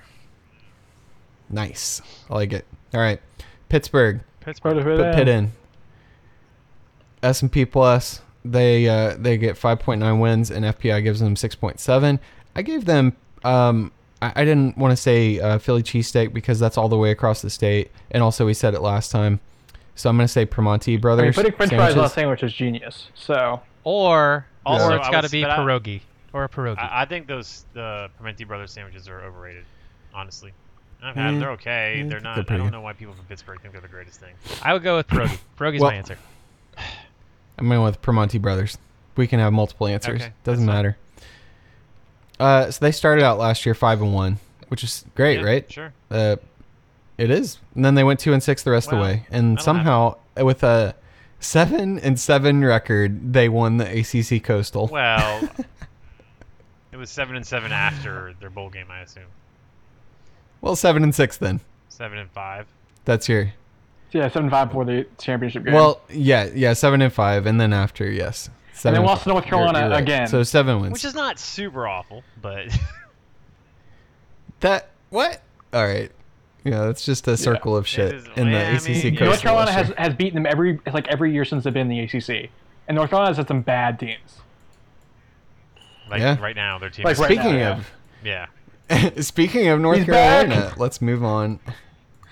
S1: Nice, I like it. All right, Pittsburgh
S3: Pittsburgh.
S1: put Pitt in. S and P plus they uh, they get 5.9 wins and FPI gives them 6.7. I gave them um. I I didn't want to say uh, Philly cheesesteak because that's all the way across the state, and also we said it last time, so I'm gonna say Primanti
S5: I mean,
S1: brothers.
S5: putting French fries on a
S1: sandwiches.
S5: sandwich is genius. So,
S4: Or
S3: Also,
S4: or it's
S3: I
S4: got to
S3: was-
S4: be
S3: but I-
S4: pierogi or a pierogi.
S3: I, I think those the Pimenti brothers sandwiches are overrated. Honestly, I've had
S1: Yeah.
S3: them. They're okay.
S1: Yeah, I
S3: they're
S1: think Mm.
S3: not.
S1: they're
S3: I
S1: pretty
S3: don't
S1: good.
S3: know why people from Pittsburgh think they're the greatest thing.
S4: I would go with pierogi. Pierogi's
S1: Well-
S4: my answer.
S1: I'm going with Primanti Brothers. We can have multiple answers.
S3: Okay,
S1: Doesn't
S3: that's fine.
S1: matter. Uh, so they started out last year five and one, which is great,
S3: Yeah,
S1: right?
S3: Sure.
S1: Uh, it is. And then they went two and six the rest of
S3: Well,
S1: the way, and
S3: that'll
S1: somehow with a seven and seven record, they won the ACC Coastal.
S3: Well, it was seven and seven after their bowl game, I assume.
S1: Well, seven and six then.
S3: Seven and five.
S1: That's your
S5: yeah, 7 5 for the championship game.
S1: well, yeah, yeah, seven and five, and then after, yes,
S5: and
S1: seven.
S5: then
S1: and
S5: lost
S1: five.
S5: to North
S1: You're-
S5: Carolina
S1: you're right.
S5: again.
S1: So seven wins.
S3: Which is not super awful, but
S1: that what? All right. Yeah, that's just a circle of shit
S3: is-
S1: in the
S3: yeah, I
S1: ACC
S3: mean,
S1: Coastal.
S5: North Carolina
S1: last year.
S5: has, has beaten them every like every year since they've been in the ACC, and North Carolina's had some bad teams.
S3: like
S1: Yeah.
S3: right now their team.
S5: Like
S3: is,
S5: right now,
S1: Speaking
S5: yeah.
S1: of
S3: yeah.
S1: speaking of North
S5: He's back.
S1: Carolina, let's move on.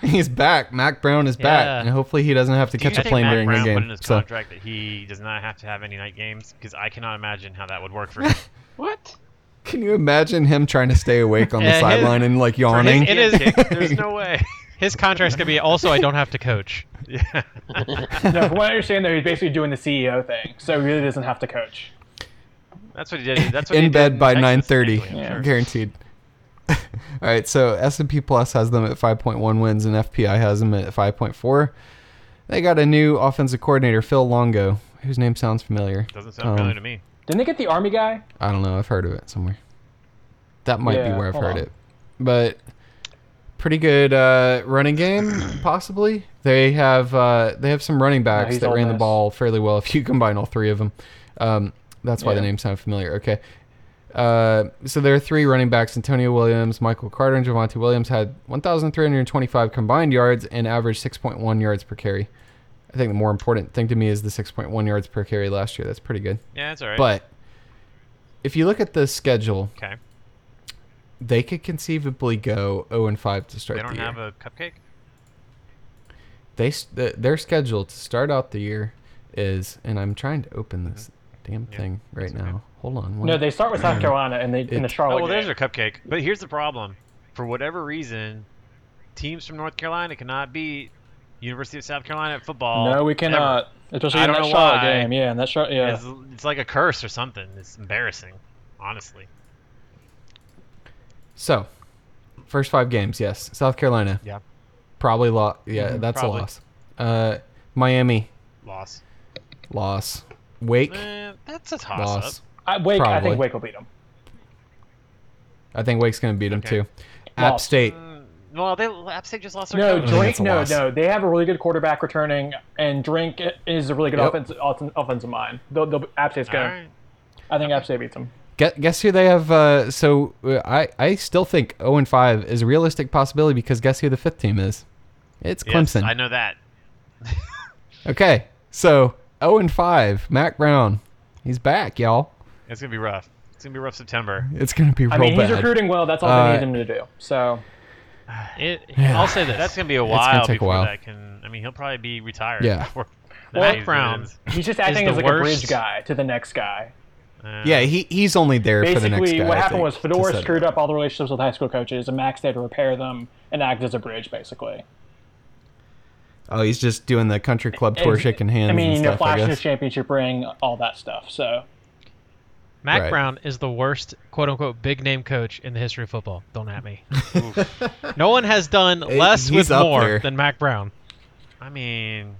S1: He's back. Mac Brown is
S4: Yeah.
S1: back, and hopefully he doesn't have to
S3: Do you
S1: catch a
S3: think
S1: plane
S3: Matt
S1: during
S3: Brown
S1: a
S3: Put in
S1: game.
S3: his
S1: So
S3: contract that he does not have to have any night games because I cannot imagine how that would work for him.
S2: What?
S1: can you imagine him trying to stay awake on the
S4: Yeah, his-
S1: sideline and like
S3: For him
S1: yawning?
S3: to
S4: It
S3: get
S4: is-
S3: kicked, There's no way.
S4: His contract's gonna be also I don't have to coach.
S3: Yeah.
S5: No, from what I understand, though, he's basically doing the CEO thing, so he really doesn't have to coach.
S3: That's what he did. That's what he
S1: in
S3: did
S1: bed by
S3: Texas,
S1: nine thirty,
S3: actually, I'm sure.
S1: guaranteed. All right, so S and P Plus has them at five point one wins, and FPI has them at five point four. They got a new offensive coordinator, Phil Longo, whose name sounds familiar.
S3: Doesn't sound
S1: Um,
S3: familiar to me.
S5: Didn't they get the Army guy?
S1: I don't know. I've heard of it somewhere. That might
S5: Yeah,
S1: be where I've
S5: hold
S1: heard
S5: on.
S1: it. But pretty good uh, running game, possibly. They have uh, they have some running backs
S5: he's
S1: that
S5: Ole
S1: ran the
S5: Miss.
S1: ball fairly well. If you combine all three of them, um, that's why the
S5: Yeah.
S1: names sound familiar. Okay. Uh, so there are three running backs: Antonio Williams, Michael Carter, and Javante Williams had 1,325 combined yards and averaged 6.1 yards per carry. I think the more important thing to me is the 6.1 yards per carry last year. That's pretty good.
S3: Yeah, that's all right.
S1: But if you look at the schedule,
S3: okay.
S1: they could conceivably go 0 and 5 to start
S3: They don't
S1: the year.
S3: have a cupcake.
S1: They s- th- their schedule to start out the year is, and I'm trying to open this damn
S3: Mm-hmm. Yeah,
S1: thing right
S3: that's okay.
S1: now. Hold on.
S5: No,
S1: one-
S5: they start with South Carolina and they in the
S1: It-
S5: Charlotte.
S3: Oh, well, there's
S5: game.
S3: their cupcake. But here's the problem: for whatever reason, teams from North Carolina cannot beat University of South Carolina at football.
S5: No, we
S3: ever.
S5: cannot. Especially
S3: I
S5: in
S3: don't
S5: that
S3: know
S5: Charlotte
S3: why.
S5: game. Yeah, and that Charlotte. Yeah.
S3: It's, it's like a curse or something. It's embarrassing, honestly.
S1: So, first five games, yes. South Carolina.
S3: Yeah.
S1: Probably loss. Yeah,
S3: Mhm,
S1: that's
S3: probably.
S1: a loss. Uh, Miami,
S3: Loss.
S1: loss. Wake,
S3: Eh, that's a toss-up.
S1: loss.
S5: I, Wake, I
S1: probably.
S5: think Wake will beat them.
S1: I think Wake's going to beat them,
S3: Okay.
S1: too. App
S5: Loss.
S1: State.
S3: Mm, well, they App State just lost their
S5: No,
S3: coach.
S1: Drake-
S5: Drink.
S1: it's a
S5: No,
S1: loss.
S5: no, they have a really good quarterback returning, and Drink is a really good
S1: Yep.
S5: offensive offensive mind. They'll, they'll, App State's
S3: All
S5: gonna.
S3: right.
S5: I think App State beats them.
S1: Guess, guess who they have? Uh, so uh, I I still think 0 and 5 is a realistic possibility because guess who the fifth team is? It's
S3: Yes,
S1: Clemson.
S3: I know that.
S1: Okay, so 0 and 5, Mac Brown, he's back, y'all.
S3: It's gonna be rough. It's gonna be a rough September.
S1: It's gonna be real
S5: I mean,
S1: bad.
S5: he's recruiting well. That's all
S1: Uh,
S5: they need him to do. So
S4: It,
S3: I'll say this. That's gonna be a
S1: gonna
S3: while
S1: take a
S3: before
S1: while.
S3: that can. I mean, he'll probably be retired.
S1: Yeah.
S3: Before the
S5: Well,
S3: season
S4: Brown.
S3: ends.
S5: he's just acting
S4: the
S5: as like a
S4: worst-
S5: bridge guy to the next guy.
S3: Uh,
S1: Yeah, he he's only there for the next
S5: Basically,
S1: guy.
S5: what
S1: I
S5: happened
S1: think,
S5: was
S1: to
S5: Fedora
S1: set it
S5: screwed up all the relationships with high school coaches, and Max had to repair them and act as a bridge, basically.
S1: Oh, he's just doing the country club tour,
S5: And-
S1: shaking hands.
S5: I mean,
S1: and
S5: you
S1: stuff,
S5: know, flashing
S1: I
S5: his
S1: guess.
S5: championship ring, all that stuff. So
S4: Mac
S1: Right.
S4: Brown is the worst quote unquote big name coach in the history of football. Don't at me. no one has done less
S1: he's
S4: with
S1: up
S4: more
S1: there.
S4: than Mac Brown.
S3: I mean,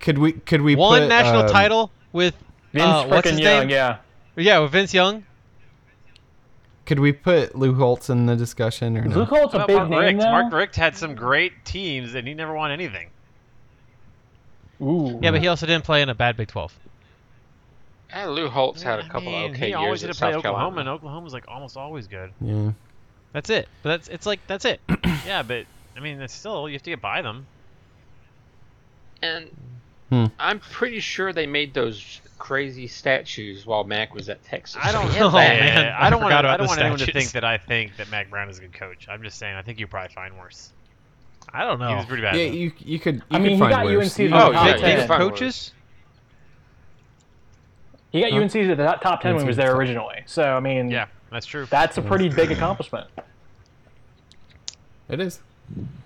S1: Could we could we
S4: One
S1: put,
S4: national
S1: um,
S4: title with
S5: Vince
S4: uh, what's
S5: frickin'
S4: his
S5: Young,
S4: name?
S5: yeah.
S4: Yeah, with Vince Young.
S1: Could we put Lou Holtz in the discussion or no?
S5: Luke Holt's a
S3: How
S5: big
S3: about Mark
S5: name
S3: Richt?
S5: though.
S3: Mark Richt had some great teams, and he never won anything.
S5: Ooh.
S4: Yeah, but he also didn't play in a bad Big 12.
S2: Eh, Lou Holtz had a couple
S3: I mean,
S2: okay
S3: he
S2: years
S3: always
S2: at
S3: had to play
S2: South
S3: Oklahoma,
S2: Carolina.
S3: and Oklahoma's like almost always good.
S1: Yeah.
S4: That's it. But that's it's like that's it.
S3: yeah, but I mean, that's still you have to get by them.
S2: And
S1: Hmm.
S2: I'm pretty sure they made those crazy statues while Mac was at Texas. Oh,
S3: I don't
S4: Yeah,
S3: know,
S4: man.
S3: I,
S4: I
S3: don't want.
S4: forgot about
S3: I don't
S4: the
S3: want anyone to
S4: statues.
S3: think that I think that Mac Brown is a good coach. I'm just saying. I think you probably find worse.
S4: I don't know.
S3: He was pretty bad.
S1: Yeah,
S3: though.
S1: you you could. You
S5: I mean,
S1: could
S5: he
S1: find
S5: got
S1: worse.
S5: UNC
S1: You-
S5: the Oh,
S2: yeah,
S4: Big
S2: yeah.
S4: name
S2: yeah.
S4: coaches?
S5: He got
S1: Huh?
S5: UNC to the top top ten when he was there originally. So I mean,
S3: yeah, that's true.
S5: that's a pretty big accomplishment.
S1: It is.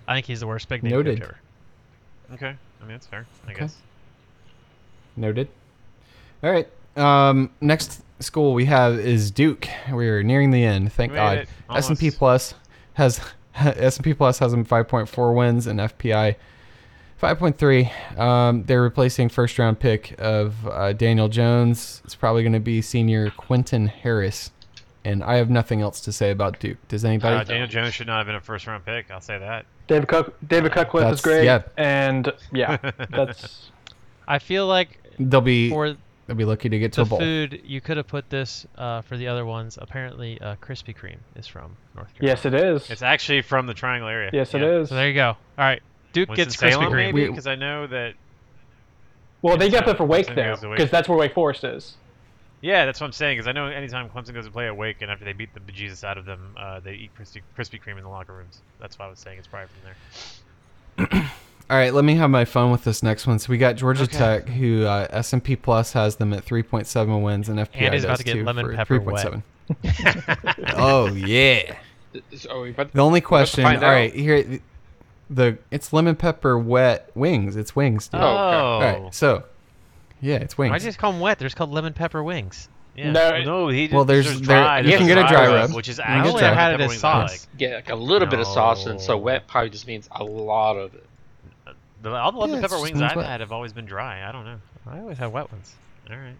S4: I think he's the worst big name
S1: Noted.
S4: coach ever.
S3: okay, I mean that's fair. I guess.
S1: Noted. All right. Um, next school we have is Duke. We're nearing the end. Thank
S3: Made
S1: God.
S3: it.
S1: S and P
S3: Almost.
S1: Plus has S and P Plus has them 5.4 wins and FPI 5.3. Um, they're replacing first round pick of uh, Daniel Jones. It's probably going to be senior Quentin Harris. And I have nothing else to say about Duke. Does anybody?
S3: Uh, Daniel Jones should not have been a first round pick. I'll say that.
S5: David Cook, David Cutcliffe
S1: That's-
S5: is great,
S1: yeah.
S5: and yeah, that's
S4: I feel like
S1: they'll be
S4: for
S1: they'll be lucky to get to
S4: the
S1: a bowl.
S4: food, you could have put this uh, for the other ones. Apparently, uh, Krispy Kreme is from North Carolina.
S5: yes, it is.
S3: It's actually from the Triangle area.
S5: yes, it
S3: Yeah.
S5: is.
S4: So there you go. All right. Duke
S3: Winston
S4: gets Krispy
S3: Salem,
S4: Kreme.
S3: maybe
S1: We-
S3: because I know that.
S5: well, they got
S3: Yeah,
S5: it for Wake
S3: Clemson
S5: though,
S3: goes to Wake.
S5: because that's where Wake Forest is.
S3: Yeah, that's what I'm saying. Because I know anytime Clemson goes to play at Wake, and after they beat the bejesus out of them, uh, they eat Krispy, Krispy Kreme in the locker rooms. That's why I was saying it's probably from there.
S1: All right, let me have my fun with this next one. So we got Georgia Tech, who uh, S and P Plus has them at three point seven wins, and FPI
S4: Andy's
S1: does
S4: about to get
S1: too
S4: lemon
S1: for
S4: pepper
S1: three point seven. oh yeah.
S2: So we but
S1: The only question. All
S2: find out.
S1: right, here, the, it's lemon pepper wet wings. It's wings, dude.
S2: Oh, okay.
S5: Oh.
S3: Oh.
S1: All right, so yeah, it's
S4: Why
S1: wings.
S4: do you just call them wet? They're just called lemon pepper wings.
S3: Yeah.
S5: No,
S3: Well,
S5: it-
S3: no, he
S1: Well,
S3: there's,
S1: there's- there-
S3: dry.
S1: you
S3: there's
S1: can
S3: a
S1: get a dry
S3: rub,
S1: rub.
S3: which is
S1: You can get
S3: actually
S1: dry
S3: what
S1: rub.
S4: Had it as
S3: pepperoni I
S4: sauce.
S2: get like a little bit of sauce, and so wet probably just means a lot of it.
S3: like. The, all the
S1: Yeah,
S3: lemon
S1: it's
S3: pepper
S1: just
S3: wings
S1: means
S3: I've
S1: wet.
S3: had have always been dry. I don't know.
S4: I always have wet ones.
S3: All right.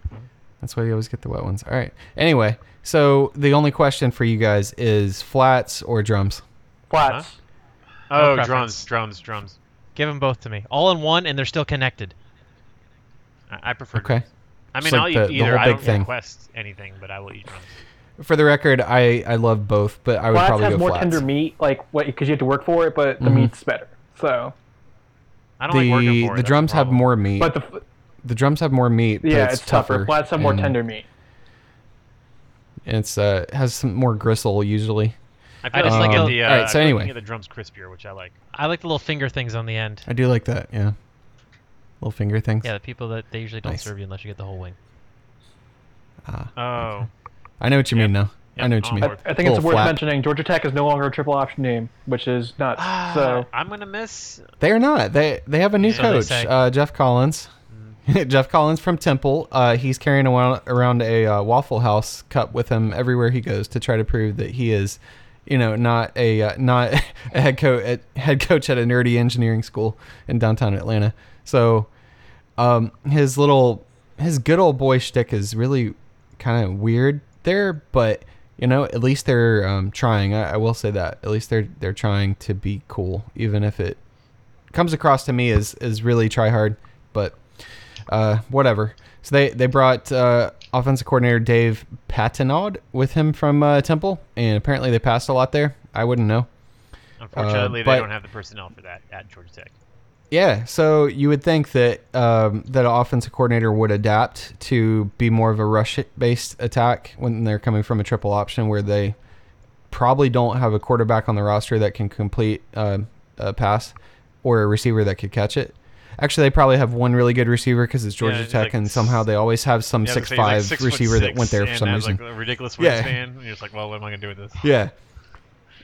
S1: That's why you always get the wet ones. All right. Anyway, so the only question for you guys is flats or drums.
S5: Flats.
S3: Oh,
S4: preference.
S3: drums, drums, drums.
S4: Give them both to me, all in one, and they're still connected.
S3: I, I prefer.
S1: Okay.
S3: Drums. I mean,
S1: It's like
S3: I'll
S1: the-
S3: eat
S1: the
S3: either.
S1: whole
S3: I
S1: big
S3: don't
S1: thing.
S3: request anything, but I will eat drums.
S1: For the record, I I love both, but I would
S5: Flats
S1: probably
S5: has
S1: go
S5: more
S1: flats.
S5: tender meat, like what because you have to work for it, but the
S1: Mhm.
S5: meat's better. So,
S3: I don't
S1: the
S3: like working for it.
S1: the
S3: that's
S1: drums
S3: the
S1: have
S3: problem.
S1: more meat.
S5: but the
S1: the drums have more meat. but
S5: yeah,
S1: it's,
S5: it's, tougher. Flats have more
S1: and-
S5: tender meat.
S1: and it's uh has some more gristle usually.
S3: I, feel
S4: I just
S3: like
S4: like
S3: at
S4: the-
S3: the. Uh,
S1: alright, Oh. so
S3: I feel like you
S1: anyway.
S3: get the drums crispier, which I like.
S4: I like the little finger things on the end.
S1: I do like that. Yeah, little finger things.
S4: Yeah, the people that they usually don't
S1: Nice.
S4: serve you unless you get the whole wing.
S3: Oh,
S1: I know what you mean now. I know what you
S3: I'm
S1: mean.
S3: on
S5: I, I think it's
S1: Little
S5: worth
S1: flap.
S5: mentioning Georgia Tech is no longer a triple option name, which is nuts.
S3: Ah.
S4: Ah.
S5: so
S3: I'm gonna miss.
S1: They are not. They they have a new
S4: So they
S1: coach,
S4: say. Mm-hmm.
S1: uh, Jeff Collins. Jeff Collins from Temple. Uh, he's carrying around, around a uh, Waffle House cup with him everywhere he goes to try to prove that he is, you know, not a uh, not a head coach at head coach at a nerdy engineering school in downtown Atlanta. So, um, his little his good old boy shtick is really kind of weird there, but you know, at least they're um, trying. I, I will say that at least they're they're trying to be cool, even if it comes across to me as is really try hard, but uh, whatever. So they they brought uh, offensive coordinator Dave Patinaud with him from uh, Temple, and apparently they passed a lot there. I wouldn't know.
S3: Unfortunately,
S1: uh, but-
S3: they don't have the personnel for that at Georgia Tech.
S1: Yeah, so you would think that um, that an offensive coordinator would adapt to be more of a rush-based attack when they're coming from a triple option, where they probably don't have a quarterback on the roster that can complete uh, a pass or a receiver that could catch it. Actually, they probably have one really good receiver because it's Georgia
S3: Yeah, he's
S1: Tech,
S3: like
S1: and somehow they always have some
S3: Yeah, I was gonna say, he's like
S1: six-five
S3: six foot
S1: receiver that
S3: six
S1: went there
S3: and
S1: for some
S3: has,
S1: reason.
S3: Like a ridiculous
S1: Yeah.
S3: wingspan. And you're just like, well, what am I gonna do with this?
S1: Yeah.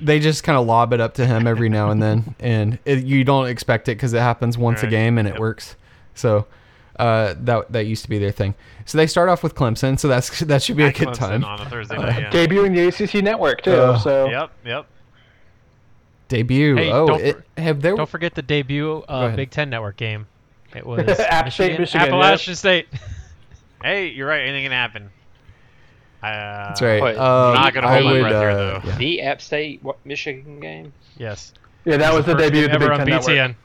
S1: They just kind of lob it up to him every now and then, and it, you don't expect it because it happens once a
S3: Right.
S1: game and it
S3: Yep.
S1: works. So uh, that that used to be their thing. So they start off with Clemson, so that's that should be a
S3: At
S1: good
S3: Clemson
S1: time.
S3: on a Thursday night. yeah.
S5: Debuting the ACC network too.
S1: Uh,
S5: so
S3: Yep, yep.
S1: Debut.
S4: Hey,
S1: oh,
S4: don't
S1: it, have there?
S4: Don't forget the debut uh,
S1: ahead.
S4: Big Ten Network game. It was
S5: App State, Michigan, yep.
S4: Appalachian State.
S3: Hey, you're right. Anything can happen. Uh,
S1: That's right.
S2: Wait,
S1: um,
S3: not gonna
S1: I
S3: hold my
S1: would,
S3: breath there,
S1: uh,
S3: though.
S1: yeah.
S2: The App State what, Michigan game.
S4: yes.
S5: yeah, that was the
S4: First
S5: debut of the
S4: ever
S5: Big
S4: on
S5: Ten
S4: BTN.
S5: network.
S2: Didn't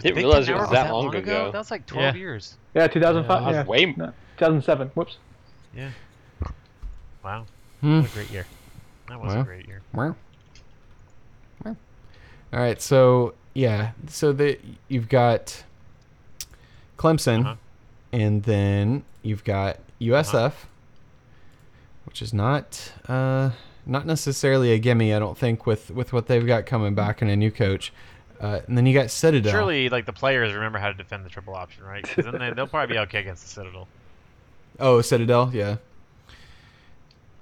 S3: Big Ten
S2: realize it
S3: Network
S2: was that long ago.
S3: That was like 12
S4: Yeah.
S3: years.
S5: Yeah, 2005.
S2: That
S5: Yeah,
S2: was way more.
S5: No, 2007. Whoops.
S3: Yeah. Wow.
S1: Hmm.
S3: What a great year. That was
S1: Wow.
S3: a great year.
S1: All right, so yeah, so the you've got Clemson,
S3: Uh-huh.
S1: and then you've got USF, which is not uh, not necessarily a gimme. I don't think with with what they've got coming back and a new coach, uh, and then you got Citadel.
S3: Surely, like the players remember how to defend the triple option, right? 'Cause then they, they'll probably be okay against the Citadel.
S1: Oh, Citadel, yeah.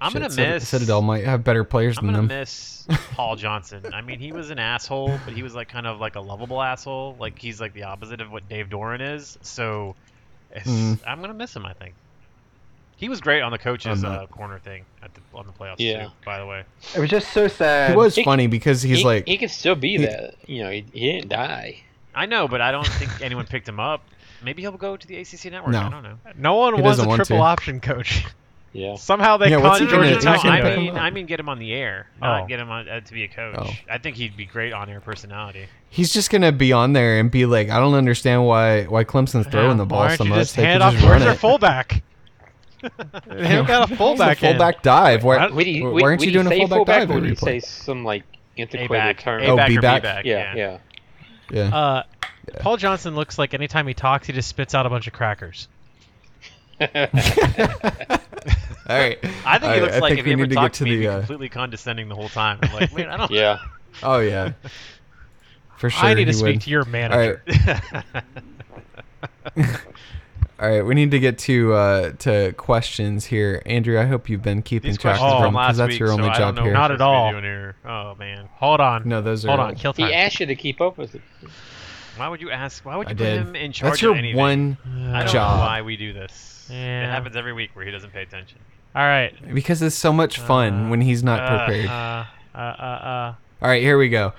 S3: I'm
S1: Shit,
S3: gonna
S1: Cit-
S3: miss
S1: Citadel might have better players
S3: I'm
S1: than
S3: gonna
S1: them.
S3: miss Paul Johnson. I mean, he was an asshole, but he was like kind of like a lovable asshole. Like he's like the opposite of what Dave Doran is. So it's,
S1: Mm.
S3: I'm gonna miss him. I think he was great on the coaches
S1: I'm not.
S3: uh, corner thing at the, on the playoffs
S2: Yeah.
S3: too. By the way,
S5: It was just so sad.
S1: He was
S2: He-
S1: funny because he's
S2: he,
S1: like
S2: he can still be
S1: he-
S2: that. You know, he, he didn't die.
S3: I know, but I don't think anyone picked him up. Maybe he'll go to the ACC network.
S1: No.
S3: I don't know.
S4: No one
S1: He
S4: wants
S1: doesn't
S4: a
S1: want
S4: triple
S1: to.
S4: option coach.
S2: Yeah.
S4: Somehow they
S1: Yeah, what's
S4: caught
S1: he
S3: No,
S1: gonna
S3: no, no,
S4: Georgia
S1: do?
S3: no,
S4: Tech.
S1: He's gonna
S3: I
S1: pick
S3: mean,
S1: him up.
S3: I mean, get him on the air.
S4: Oh.
S3: Not get him on, uh, to be a coach.
S1: Oh.
S3: I think he'd be great on air personality.
S1: He's just gonna be on there and be like, I don't understand why why Clemson's throwing the ball
S4: Why don't
S1: so
S4: you
S1: much.
S4: Just
S1: They
S4: hand
S1: could
S4: off
S1: just
S4: where's
S1: run
S4: their
S1: it."
S4: fullback. they don't got a
S1: It's a
S4: fullback. in.
S1: fullback dive. Why,
S4: What?
S2: Would he,
S1: why
S2: would,
S1: aren't
S2: would
S1: you
S2: he
S1: doing
S2: say
S1: a fullback
S2: fullback
S1: dive
S2: or would
S1: every
S2: he
S1: play?
S2: say some like
S3: A
S2: antiquated
S3: back,
S2: term?
S3: a back,
S1: be
S3: or B
S1: Oh, back.
S3: back.
S2: yeah, yeah.
S1: yeah.
S4: Uh, Paul Johnson looks like anytime he talks, he just spits out a bunch of crackers.
S1: All right.
S3: I think
S1: All
S3: he
S1: right,
S3: looks like if
S1: we
S3: he ever
S1: need to
S3: talked
S1: get to
S3: to, me, he'd
S1: the.
S3: be
S1: Uh,
S3: completely condescending the whole time. I'm like, man, I don't.
S2: yeah.
S1: oh yeah, for sure.
S4: I need to
S1: he
S4: speak
S1: would.
S4: to your
S1: All right.
S4: manager.
S1: All right. We need to get to uh, to questions here, Andrew. I hope you've been keeping
S3: These
S1: track
S3: questions
S1: of
S3: are
S1: them
S3: from last
S1: because that's
S3: week,
S1: your only
S3: so I don't
S1: job
S3: know
S1: here.
S3: what
S4: Not
S3: we're
S4: at
S3: supposed to be
S4: all.
S3: doing here. Oh man,
S4: Hold on.
S1: no, those are.
S4: Hold on. Kill
S2: He
S4: time.
S2: asked you to keep up with it.
S3: why would you ask? Why would
S1: I
S3: you put
S1: did.
S3: him in charge
S1: That's your
S3: of anything?
S1: one
S3: I don't
S1: job.
S3: know why we do this. It
S4: Yeah.
S3: happens every week where he doesn't pay attention.
S4: All right.
S1: because it's so much fun
S4: Uh,
S1: when he's not
S3: uh,
S1: prepared.
S4: Uh, uh, uh, uh.
S1: All right, here we go.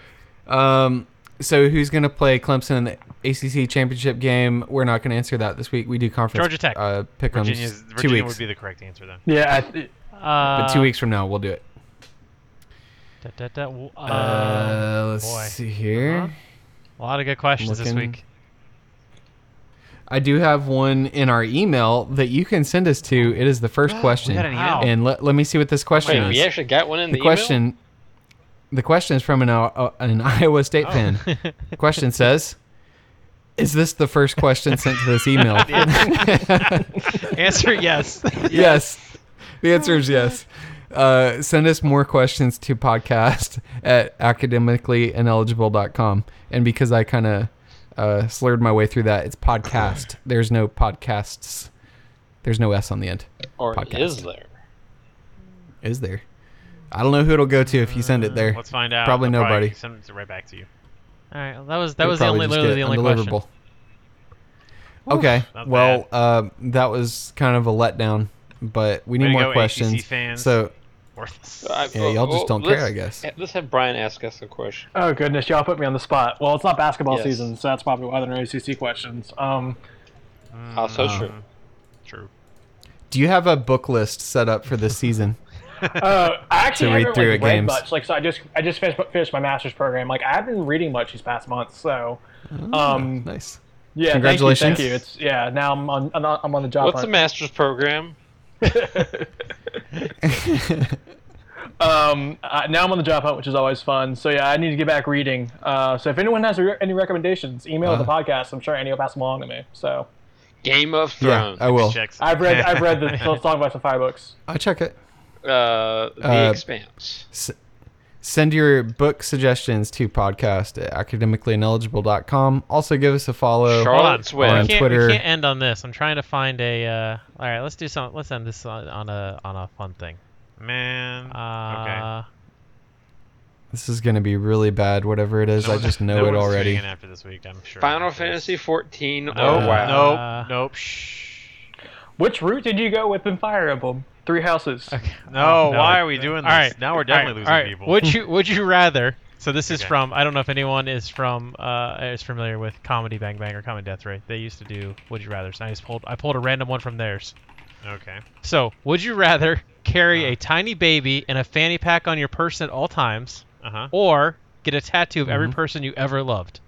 S1: Um, so who's going to play Clemson in the ACC championship game? We're not going to answer that this week. We do conference.
S4: Georgia Tech.
S1: Uh, pick 'ems
S3: Virginia's,
S1: two
S3: Virginia
S1: weeks.
S3: would be the correct answer then.
S5: Yeah, I, it-
S4: Uh,
S1: but two weeks from now, we'll do it.
S4: Da, da, da, w- uh,
S1: Uh, let's
S4: boy.
S1: see here.
S4: Uh-huh. A lot of good questions this
S1: Looking-
S4: week.
S1: I do have one in our email that you can send us to. It is the first question,
S3: got an email.
S1: and let, let me see what this question
S2: Wait,
S1: is.
S2: we actually got one in
S1: the
S2: the,
S1: question, the question is from an uh, an Iowa State fan. The question says, "Is this the first question sent to this email?"
S4: Answer yes.
S1: yes. The answer is yes. Uh, send us more questions to podcast at academicallyineligible.com. And because I kind of uh, slurred my way through that, it's podcast. There's no podcasts. There's no S on the end.
S2: email, or
S1: podcast.
S2: is there?
S1: Is there? I don't know who it'll go to if you send it there.
S3: Let's find out.
S1: Probably
S3: They'll
S1: nobody.
S3: Send it right back to you.
S4: All right. Well, that was that
S1: It'll
S4: was the
S1: probably
S4: only
S1: just
S4: literally
S1: get
S4: the only
S1: undeliverable. Okay.
S3: Not
S1: Well, uh, that was kind of a letdown, but we need
S3: Way to
S1: more
S3: go, ACC
S1: questions.
S3: fans.
S1: So
S3: Worthless.
S2: I-
S1: Yeah, y'all just don't care,
S2: let's-
S1: I guess.
S2: Let's have Brian ask us a question.
S5: oh goodness, y'all put me on the spot. Well, it's not basketball
S2: Yes.
S5: season, so that's probably why there are no ACC questions. Um,
S1: Uh, Um,
S2: Oh, so true.
S3: True.
S1: do you have a book list set up for this season?
S5: uh, I actually
S1: To read
S5: haven't
S1: through
S5: like,
S1: it,
S5: read
S1: games.
S5: much. Like, so I just I just finished, finished my master's program. Like, I haven't been reading much these past months. So, um,
S1: Oh, nice.
S5: yeah,
S1: Congratulations.
S5: Thank you. Thank you. It's yeah. Now I'm on I'm on I'm on the job.
S2: What's
S5: hunt.
S2: the master's program?
S5: um, uh, now I'm on the job hunt, which is always fun. So yeah, I need to get back reading. Uh, so if anyone has re- any recommendations, email the
S1: Uh-huh.
S5: podcast. I'm sure Annie will pass them along to me. So
S2: Game of
S1: yeah,
S2: Thrones.
S1: I will.
S3: Checks.
S5: I've read I've read the Song by Fire books.
S1: I check it.
S2: uh, the
S1: Uh,
S2: Expanse.
S1: Send your book suggestions to podcast at academicallyineligable.com. Also, give us a follow.
S2: Charlotte Swift.
S1: uh, on
S4: We can't,
S1: Twitter.
S4: we can't end on this. I'm trying to find a. Uh, all right, let's do some. Let's end this on, on a on a fun thing.
S3: Man. okay.
S4: Uh,
S1: This is going to be really bad, whatever it is.
S3: No
S1: I just
S3: one-
S1: know
S3: no
S1: it
S3: one's tuning
S1: already.
S3: in after this week, I'm sure.
S2: Final
S3: after this.
S2: Fantasy 14.
S3: No,
S2: oh wow.
S4: Uh,
S3: Nope. Nope. Shh.
S5: Which route did you go with in Fire Emblem? Three houses.
S4: okay.
S3: No,
S4: Oh, no.
S3: why are we doing this?
S4: All right.
S3: Now we're definitely
S4: all right,
S3: losing people.
S4: all right. Would you would you rather? So this is
S3: Okay.
S4: from I don't know if anyone is from uh, is familiar with Comedy Bang Bang or Comedy Death Ray. They used to do Would You Rather's. And I just pulled I pulled a random one from theirs.
S3: Okay.
S4: So would you rather carry
S3: Uh-huh.
S4: a tiny baby in a fanny pack on your person at all times,
S3: Uh huh.
S4: or get a tattoo of every
S3: Mm-hmm.
S1: Mhm.
S4: person you ever loved?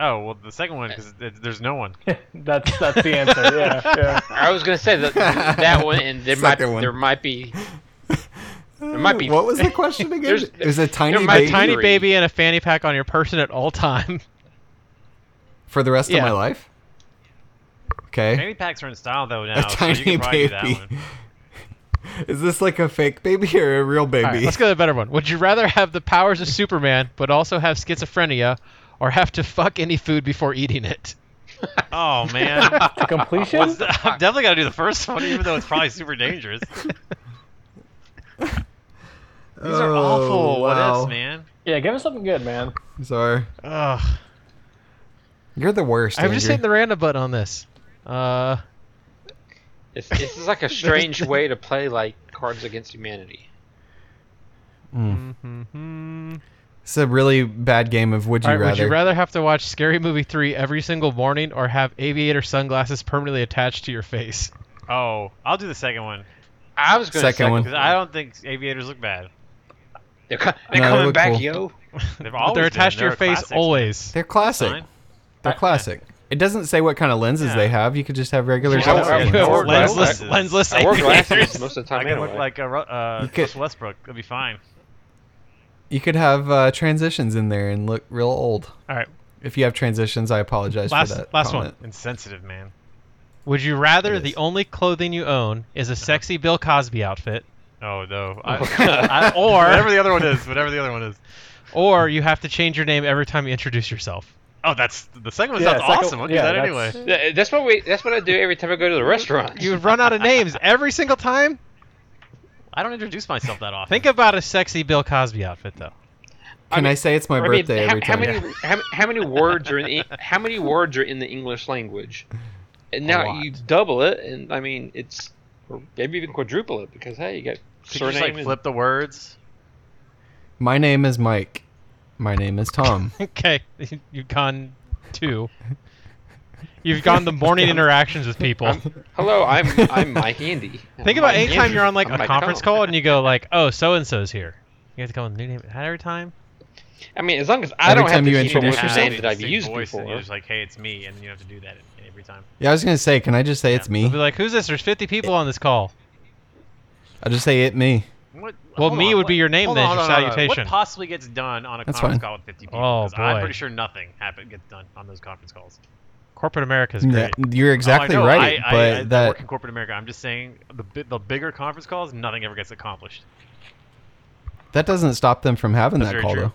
S3: Oh well, the second one because there's no one.
S5: That's that's the answer. Yeah, yeah.
S2: I was gonna say that that one, and there might
S1: Second one.
S2: there might be might be-
S1: What was the question again?
S2: There's-
S1: it was a tiny
S2: there might-
S1: baby
S4: A tiny
S2: Three.
S4: baby in a fanny pack on your person at all time.
S1: for the rest
S4: yeah.
S1: of my life? Okay.
S3: Fanny packs are in style though now.
S1: a
S3: so you
S1: tiny
S3: can probably Do
S1: baby.
S3: that one.
S1: Is this like a fake baby or a real
S4: All right,
S1: baby?
S4: let's go to a better one. Would you rather have the powers of Superman but also have schizophrenia, or have to fuck any food before eating it?
S3: Oh man,
S5: To completion.
S3: What's the- I'm definitely gotta do the first one, even though it's probably super dangerous. These are
S1: Oh,
S3: awful. What ifs, man?
S5: Yeah, give us something good, man.
S1: I'm sorry.
S4: Ugh.
S1: You're the worst.
S4: I'm just
S1: Andrew.
S4: hitting the random button on this. Uh,
S2: It's, this is like a strange way to play like Cards Against Humanity.
S1: Mm.
S4: mhm.
S1: It's a really bad game of would you
S4: All right,
S1: rather.
S4: would you rather have to watch Scary Movie 3 every single morning, or have aviator sunglasses permanently attached to your face?
S3: Oh, I'll do the second one
S2: I was gonna
S1: Second
S2: say,
S1: one.
S3: because I don't think aviators look bad.
S2: They're, co- they're
S1: No, they
S2: coming
S1: look
S2: back,
S1: cool.
S2: yo.
S3: They've
S4: But
S3: always
S4: They're
S3: been.
S4: attached to
S3: They're
S4: your face
S3: classics.
S4: always.
S1: They're classic.
S3: Fine.
S1: They're classic. It doesn't say what kind of lenses
S3: Yeah.
S1: they have. You could just have regular
S2: Yeah, I- I-
S1: glasses.
S2: I wore
S4: lensless,
S3: glasses.
S4: lensless
S2: I wear
S4: aviators.
S2: glasses most of the
S3: I
S2: time.
S3: can look
S2: Anyway.
S3: like a Ru- uh,
S1: You could-
S3: Russell Westbrook. It'll be fine.
S1: You could have uh, transitions in there and look real old.
S4: All right,
S1: If you have transitions, I apologize
S4: Last-
S1: for that.
S4: last
S1: comment.
S3: Insensitive, man.
S4: Would you rather
S1: It
S4: the
S1: is.
S4: only clothing you own is a sexy Bill Cosby outfit,
S3: Oh no. I,
S4: I- or-
S3: or whatever the other one is, whatever the other one is.
S4: or you have to change your name every time you introduce yourself?
S3: Oh, that's the second one
S5: Yeah,
S3: sounds
S5: second-
S3: awesome. We'll do
S5: yeah,
S3: that
S5: that's-
S3: anyway.
S2: Th- that's what we. That's what I do every time I go to the restaurant.
S4: You would run out of names every single time.
S3: I don't introduce myself that often.
S4: Think about a sexy Bill Cosby outfit, though.
S1: Can I,
S2: mean-
S1: say it's my
S2: I mean,
S1: birthday
S2: how,
S1: every
S2: how
S1: time?
S2: many how, how many words are in the, how many words are in the English language? And now you double it, and I mean it's or maybe even quadruple it because hey, you got
S3: Could you
S2: surname.
S3: just like
S2: and-
S3: flip the words?
S1: My name is Mike. My name is Tom.
S4: Okay, you've gone two. You've gone the morning interactions with people.
S2: Hello, I'm I'm Mike Andy.
S4: Think
S2: I'm
S4: about
S2: Mike
S4: any time
S2: Andy.
S4: you're on like
S2: I'm
S4: a
S2: Mike
S4: conference
S2: Tom.
S4: call and you go like, "Oh, so and so's here." You have to go with new name every time.
S2: I mean, as long as I
S1: Every
S2: don't have
S1: time
S2: to
S1: you
S2: keep up with
S1: introduce
S2: the
S1: yourself?
S2: name that I've used
S3: voice And
S2: before.
S3: you're just like, hey, it's me, and you have to do that every time.
S1: yeah, I was gonna say, can I just say it's
S4: You'll be
S1: me?
S4: like, "Who's this?" There's 50 people on this call.
S1: I'll just say it me.
S3: What?
S4: Well,
S3: hold
S4: me
S3: on,
S4: would be
S3: what-
S4: your name
S3: hold
S4: then,
S3: on,
S4: your
S3: hold on, hold on.
S4: salutation.
S3: What possibly gets done on a
S1: That's
S3: conference
S1: fine.
S3: call with 50 people?
S4: Oh,
S3: 'Cause I'm
S4: boy.
S3: pretty sure nothing happen gets done on those conference calls.
S4: Corporate America's
S1: Yeah,
S4: great.
S1: you're exactly
S3: oh, I know,
S1: right.
S3: I, I-
S1: but
S3: I, I
S1: that
S3: work in corporate America. I'm just saying the bi- the bigger conference calls, nothing ever gets accomplished.
S1: that doesn't stop them from having
S3: That's
S1: that call
S3: very true.
S1: though.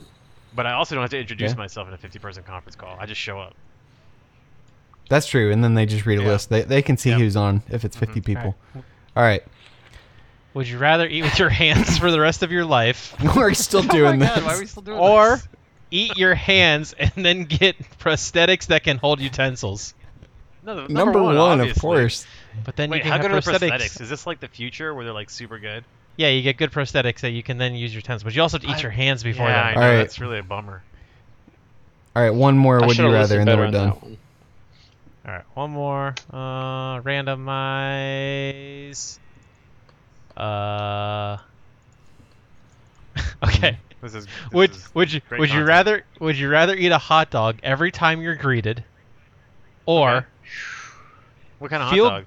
S3: But I also don't have to introduce
S1: Yeah.
S3: myself in a 50 person conference call. I just show up.
S1: That's true. And then they just read a
S3: Yeah.
S1: list. They they can see
S3: Yeah. Mm-hmm.
S1: who's on if it's 50 people. All right.
S4: Would you rather eat with your hands for the rest of your life,
S1: We're
S3: Oh
S1: still doing this.
S3: still doing
S4: or eat your hands and then get prosthetics that can hold utensils?
S3: No, the-
S1: number, one, of
S3: obviously.
S1: course.
S4: But then
S3: Wait,
S4: you
S3: how
S4: can
S3: good are
S4: have
S3: the
S4: prosthetics.
S3: prosthetics? Is this like the future where they're like super good?
S4: Yeah, you get good prosthetics that you can then use your utensils, but you also have to eat
S3: I-
S4: your hands before
S3: yeah,
S4: that.
S3: I know,
S1: All right.
S3: that's really a bummer.
S1: All right, one more.
S2: I
S1: Would you
S2: should've
S1: rather? And then
S2: listened better
S1: we're done.
S2: on that one.
S4: All right, one more. Uh, randomize. Uh. okay.
S3: This is. This
S4: Would
S3: is
S4: would you
S3: great
S4: would you
S3: content.
S4: rather would you rather eat a hot dog every time you're greeted, or
S3: What kind of
S4: feel-
S3: hot dog?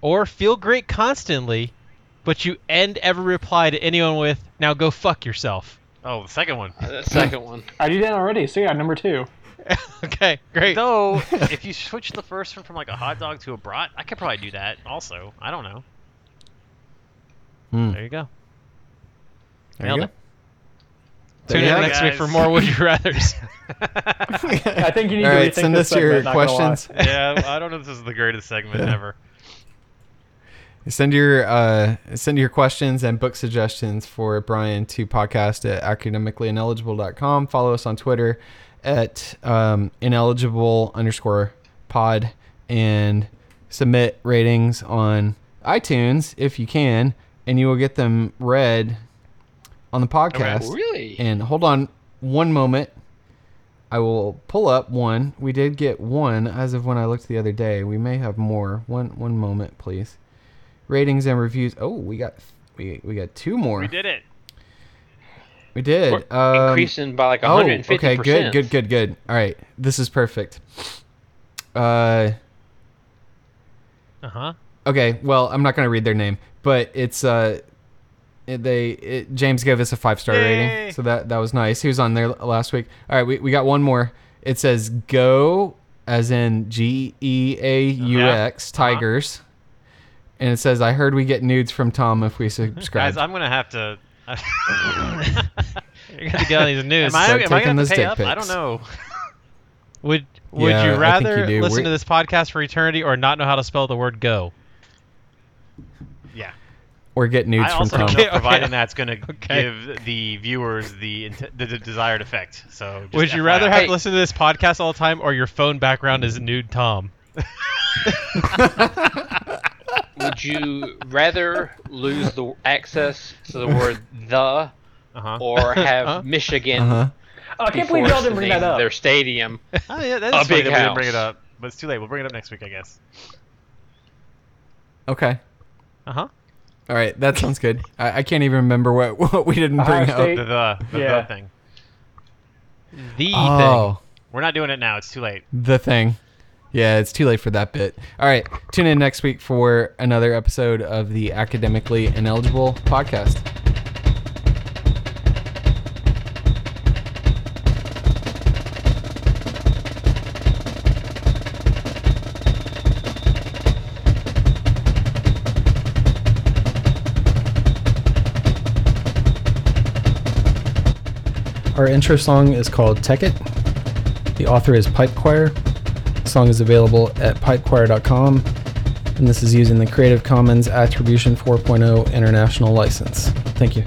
S4: Or feel great constantly, but you end every reply to anyone with, now go fuck yourself.
S3: Oh, the second one.
S2: That second one.
S5: I did that already. So yeah, number two.
S4: okay, great.
S3: Though, if you switch the first one from like a hot dog to a brat, I could probably do that. Also, I don't know.
S1: Hmm.
S4: There you go.
S1: There
S4: Nailed
S1: you
S4: it.
S1: go. There
S4: Tune
S1: you
S4: in
S1: have it.
S4: next week for
S3: guys.
S4: more Would You Rathers.
S5: I think you need
S1: All
S5: to
S1: right,
S5: rethink
S1: send
S5: this
S1: us your
S5: segment, not gonna lie.
S1: questions.
S3: yeah, I don't know. if This is the greatest segment ever.
S1: Send your uh, send your questions and book suggestions for Brian to podcast at academicallyineligible.com. Follow us on Twitter at um, ineligible underscore pod and submit ratings on iTunes if you can, and you will get them read on the podcast.
S2: Really?
S1: And hold on one moment. I will pull up one. We did get one as of when I looked the other day. We may have more. One one moment, please. Ratings and reviews. Oh, we got we, we got two more.
S3: We did it.
S1: We did. Um,
S2: Increasing by like
S1: oh,
S2: 150%.
S1: okay. Good. Good. Good. Good. All right. This is perfect. Uh.
S4: Uh huh.
S1: Okay. Well, I'm not gonna read their name, but it's uh, it- they it, James gave us a five star
S3: Yay.
S1: rating, so that that was nice. He was on there l- last week. All right, we we got one more. It says go as in G E A U X
S3: Uh-huh.
S1: Tigers, and it says I heard we get nudes from Tom if we subscribe.
S3: Guys, I'm gonna have to. am
S4: You're going to get on these news.
S3: I,
S1: Start
S3: am I
S1: taking
S3: gonna have
S1: those
S3: to pay
S1: dick
S3: up? I don't
S1: pics.
S3: know.
S4: Would Would
S1: Yeah, I think
S4: you
S1: you
S4: rather
S1: do.
S4: listen
S1: We-
S4: to this podcast for eternity or not know how to spell the word go?
S3: Yeah.
S1: or get nudes
S3: I
S1: from
S3: also
S1: Tom.
S3: don't know
S4: Okay,
S3: if providing
S4: okay.
S3: that's gonna
S4: Okay.
S3: give the viewers the, int- the the desired effect. So. just
S4: Would you
S3: FYI.
S4: rather have
S2: Hey.
S4: to listen to this podcast all the time or your phone background is nude Tom?
S2: Would you rather lose the access to the word the
S3: Uh-huh.
S2: or have Michigan
S1: Uh-huh.
S5: Oh, I can't believe y'all
S2: forced
S5: didn't
S2: to
S5: bring that
S2: name
S5: up.
S2: their stadium?
S3: Oh yeah, that
S2: A
S3: is funny
S2: big
S3: that we didn't bring
S2: house.
S3: it up, but it's too late. We'll bring it up next week, I guess.
S1: Okay.
S4: Uh
S3: Uh-huh.
S4: huh.
S1: All right, that sounds good. I, I can't even remember what what we didn't
S5: Ohio
S1: bring
S5: Uh-huh, State.
S1: up.
S3: The the, the,
S5: Yeah.
S3: the thing.
S4: The
S1: Oh.
S3: We're not doing it now. It's too late.
S1: the thing. Yeah, it's too late for that bit. All right, tune in next week for another episode of the Academically Ineligible podcast. Our intro song is called Tech It. The author is Pipe Choir. The song is available at pipechoir.com, and this is using the Creative Commons Attribution 4.0 International oh License. Thank you.